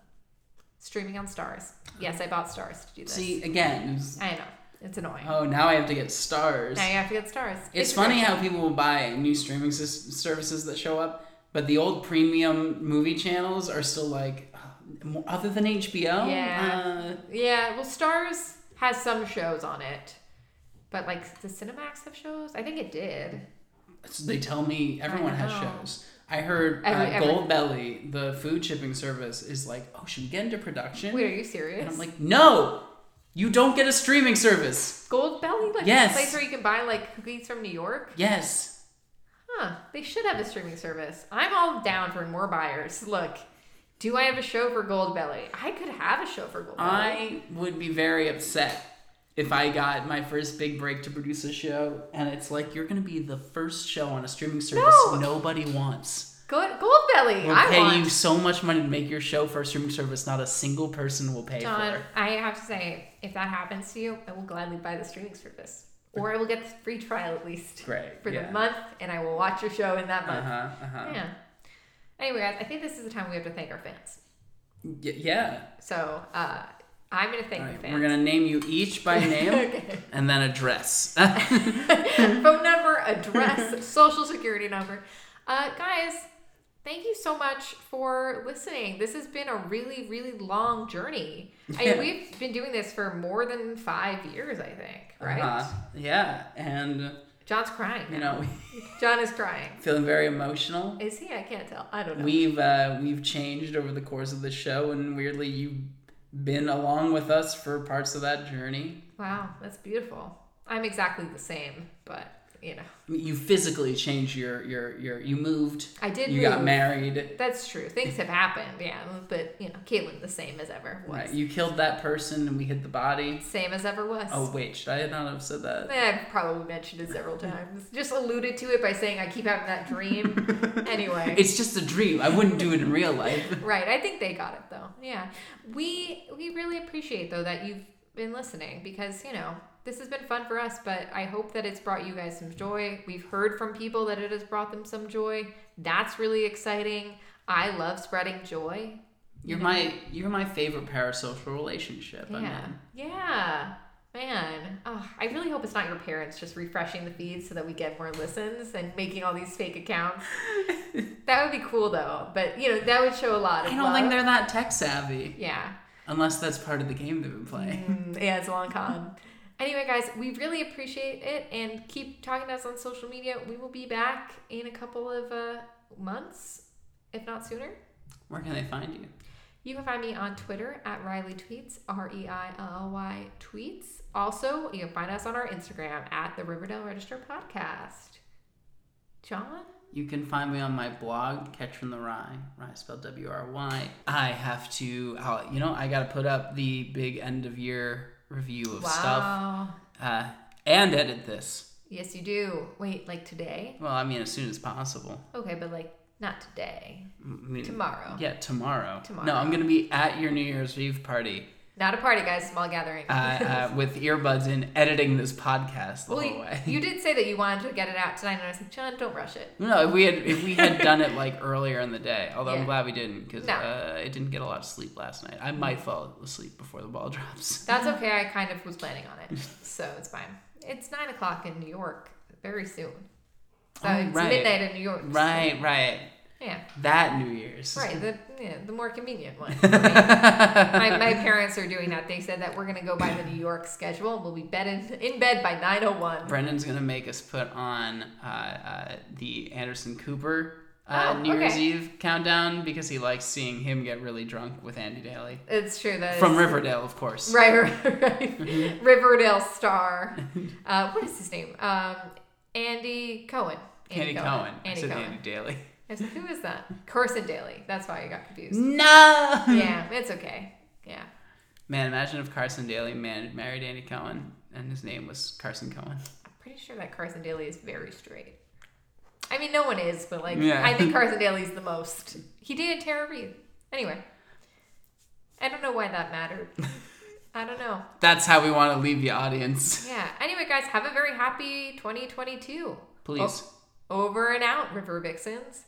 streaming on stars yes i bought stars to do this
See again. it was-
i know It's annoying.
Oh, now I have to get stars.
Now you have to get stars.
It's funny how people will buy new streaming sys- services that show up, but the old premium movie channels are still like, "Oh, more- other than HBO?
Yeah.
Uh,
Yeah, well, Stars has some shows on it, but like the Cinemax have shows. I think it did.
so they tell me everyone has
know.
shows. I heard uh,
Every- every-
Gold Belly, the food shipping service, is like, oh, should we get into production?
Wait, are you serious?
and I'm like, no, you don't get a streaming service.
Gold Belly, like
Yes.
a place where you can buy like cookies from New York.
Yes.
Huh? They should have a streaming service. I'm all down for more buyers. Look, do I have a show for Gold Belly? I could have a show for Gold Belly.
I would be very upset if I got my first big break to produce a show and it's like you're going to be the first show on a streaming service
No.
nobody wants.
Good Gold Belly.
We'll
I
pay
want.
you so much money to make your show for a streaming service not a single person will pay for.
Don,
it.
I have to say, if that happens to you, I will gladly buy the streaming service, or I will get the free trial at least
Great,
for
yeah.
the month, and I will watch your show in that month.
Uh-huh. Uh-huh.
Yeah. Anyway, guys, I think this is the time we have to thank our fans.
Y- yeah.
So uh, I'm gonna thank
All
the
right,
fans.
We're going to name you each by name
Okay.
and then address.
phone number, address, social security number. Uh, guys, thank you so much for listening. This has been a really, really long journey. I
Yeah.
mean, we've been doing this for more than five years, I think, right?
Uh-huh. Yeah, and
John's crying.
you know,
John is crying.
feeling very emotional.
Is he? I can't tell. I don't know.
We've uh, we've changed over the course of the show, and weirdly, you've been along with us for parts of that journey.
wow, that's beautiful. I'm exactly the same, but you know,
I mean, You physically changed your your your. You moved.
I did.
You
move.
got married.
That's true. Things have happened, yeah. But you know, Caitlin the same as ever was.
Right. You killed that person, and we hid the body.
Same as ever was.
Oh wait, should I not have said that?
I've probably mentioned it several times. Just alluded to it by saying I keep having that dream. anyway.
It's just a dream. I wouldn't do it in real life.
Right. I think they got it though. Yeah. We we really appreciate though that you've been listening because, you know, this has been fun for us, but I hope that it's brought you guys some joy. We've heard from people that it has brought them some joy. That's really exciting. I love spreading joy.
You're my you're my favorite parasocial relationship. I
Yeah.
mean,
Yeah. Man. Oh, I really hope it's not your parents just refreshing the feed so that we get more listens and making all these fake accounts. that would be cool though. But you know, that would show a lot
I
of
don't think they're that tech savvy,
Yeah.
unless that's part of the game they've been playing.
Mm, yeah, it's a long con. Anyway, guys, we really appreciate it and keep talking to us on social media. We will be back in a couple of uh, months, if not sooner.
Where can they find you?
You can find me on Twitter at Riley Tweets, R E I L L Y Tweets. Also, you can find us on our Instagram at the Riverdale Register Podcast. John?
You can find me on my blog, Catch from the Rye, Rye spelled W R Y. I have to, I'll, you know, I got to put up the big end of year review of stuff
Wow.
uh, and edit this.
Yes, you do. Wait, like today?
Well, I mean, as soon as possible.
Okay, but like not today.
I mean,
Tomorrow.
Mm. Yeah, tomorrow.
Tomorrow.
No, I'm going to be at your New Year's Eve party
Not a party, guys. Small gathering.
uh, uh, with earbuds in, editing this podcast the
well,
whole
you,
way.
you did say that you wanted to get it out tonight, and I was like, John, don't rush it.
no, if we had if we had done it like earlier in the day, although
Yeah.
I'm glad we didn't because
No.
uh, I didn't get a lot of sleep last night. I might fall asleep before the ball drops.
That's okay. I kind of was planning on it, so it's fine. It's nine o'clock in New York very soon. So
Oh,
it's
right.
midnight in New York. so-
Right, right.
Yeah.
That New Year's.
Right, the yeah, the more convenient one. for me. my, my parents are doing that. They said that we're gonna go by the New York schedule. We'll be bed in, in bed by nine oh one.
Brendan's gonna make us put on uh, uh, the Anderson Cooper uh,
Oh,
New Year's
okay.
Eve countdown because he likes seeing him get really drunk with Andy Daly
It's true that
from Mm-hmm.
is-
Riverdale, of course.
Right, right, right. Riverdale star. Uh, what is his name? Um, Andy Cohen.
Andy, Cohen. I
Andy
said
Cohen.
Andy Daly.
I was like, who is that? Carson Daly. That's why I got confused.
No.
yeah, it's okay. Yeah.
Man, imagine if Carson Daly man- married Andy Cohen and his name was Carson Cohen.
I'm pretty sure that Carson Daly is very straight. I mean, no one is, but like,
Yeah.
I think Carson Daly's the most. He dated Tara Reid. Anyway, I don't know why that mattered. I don't know.
That's how we want to leave the audience.
Yeah. Anyway, guys, have a very happy 2022.
Please.
Oh. Over and out, River Vixens.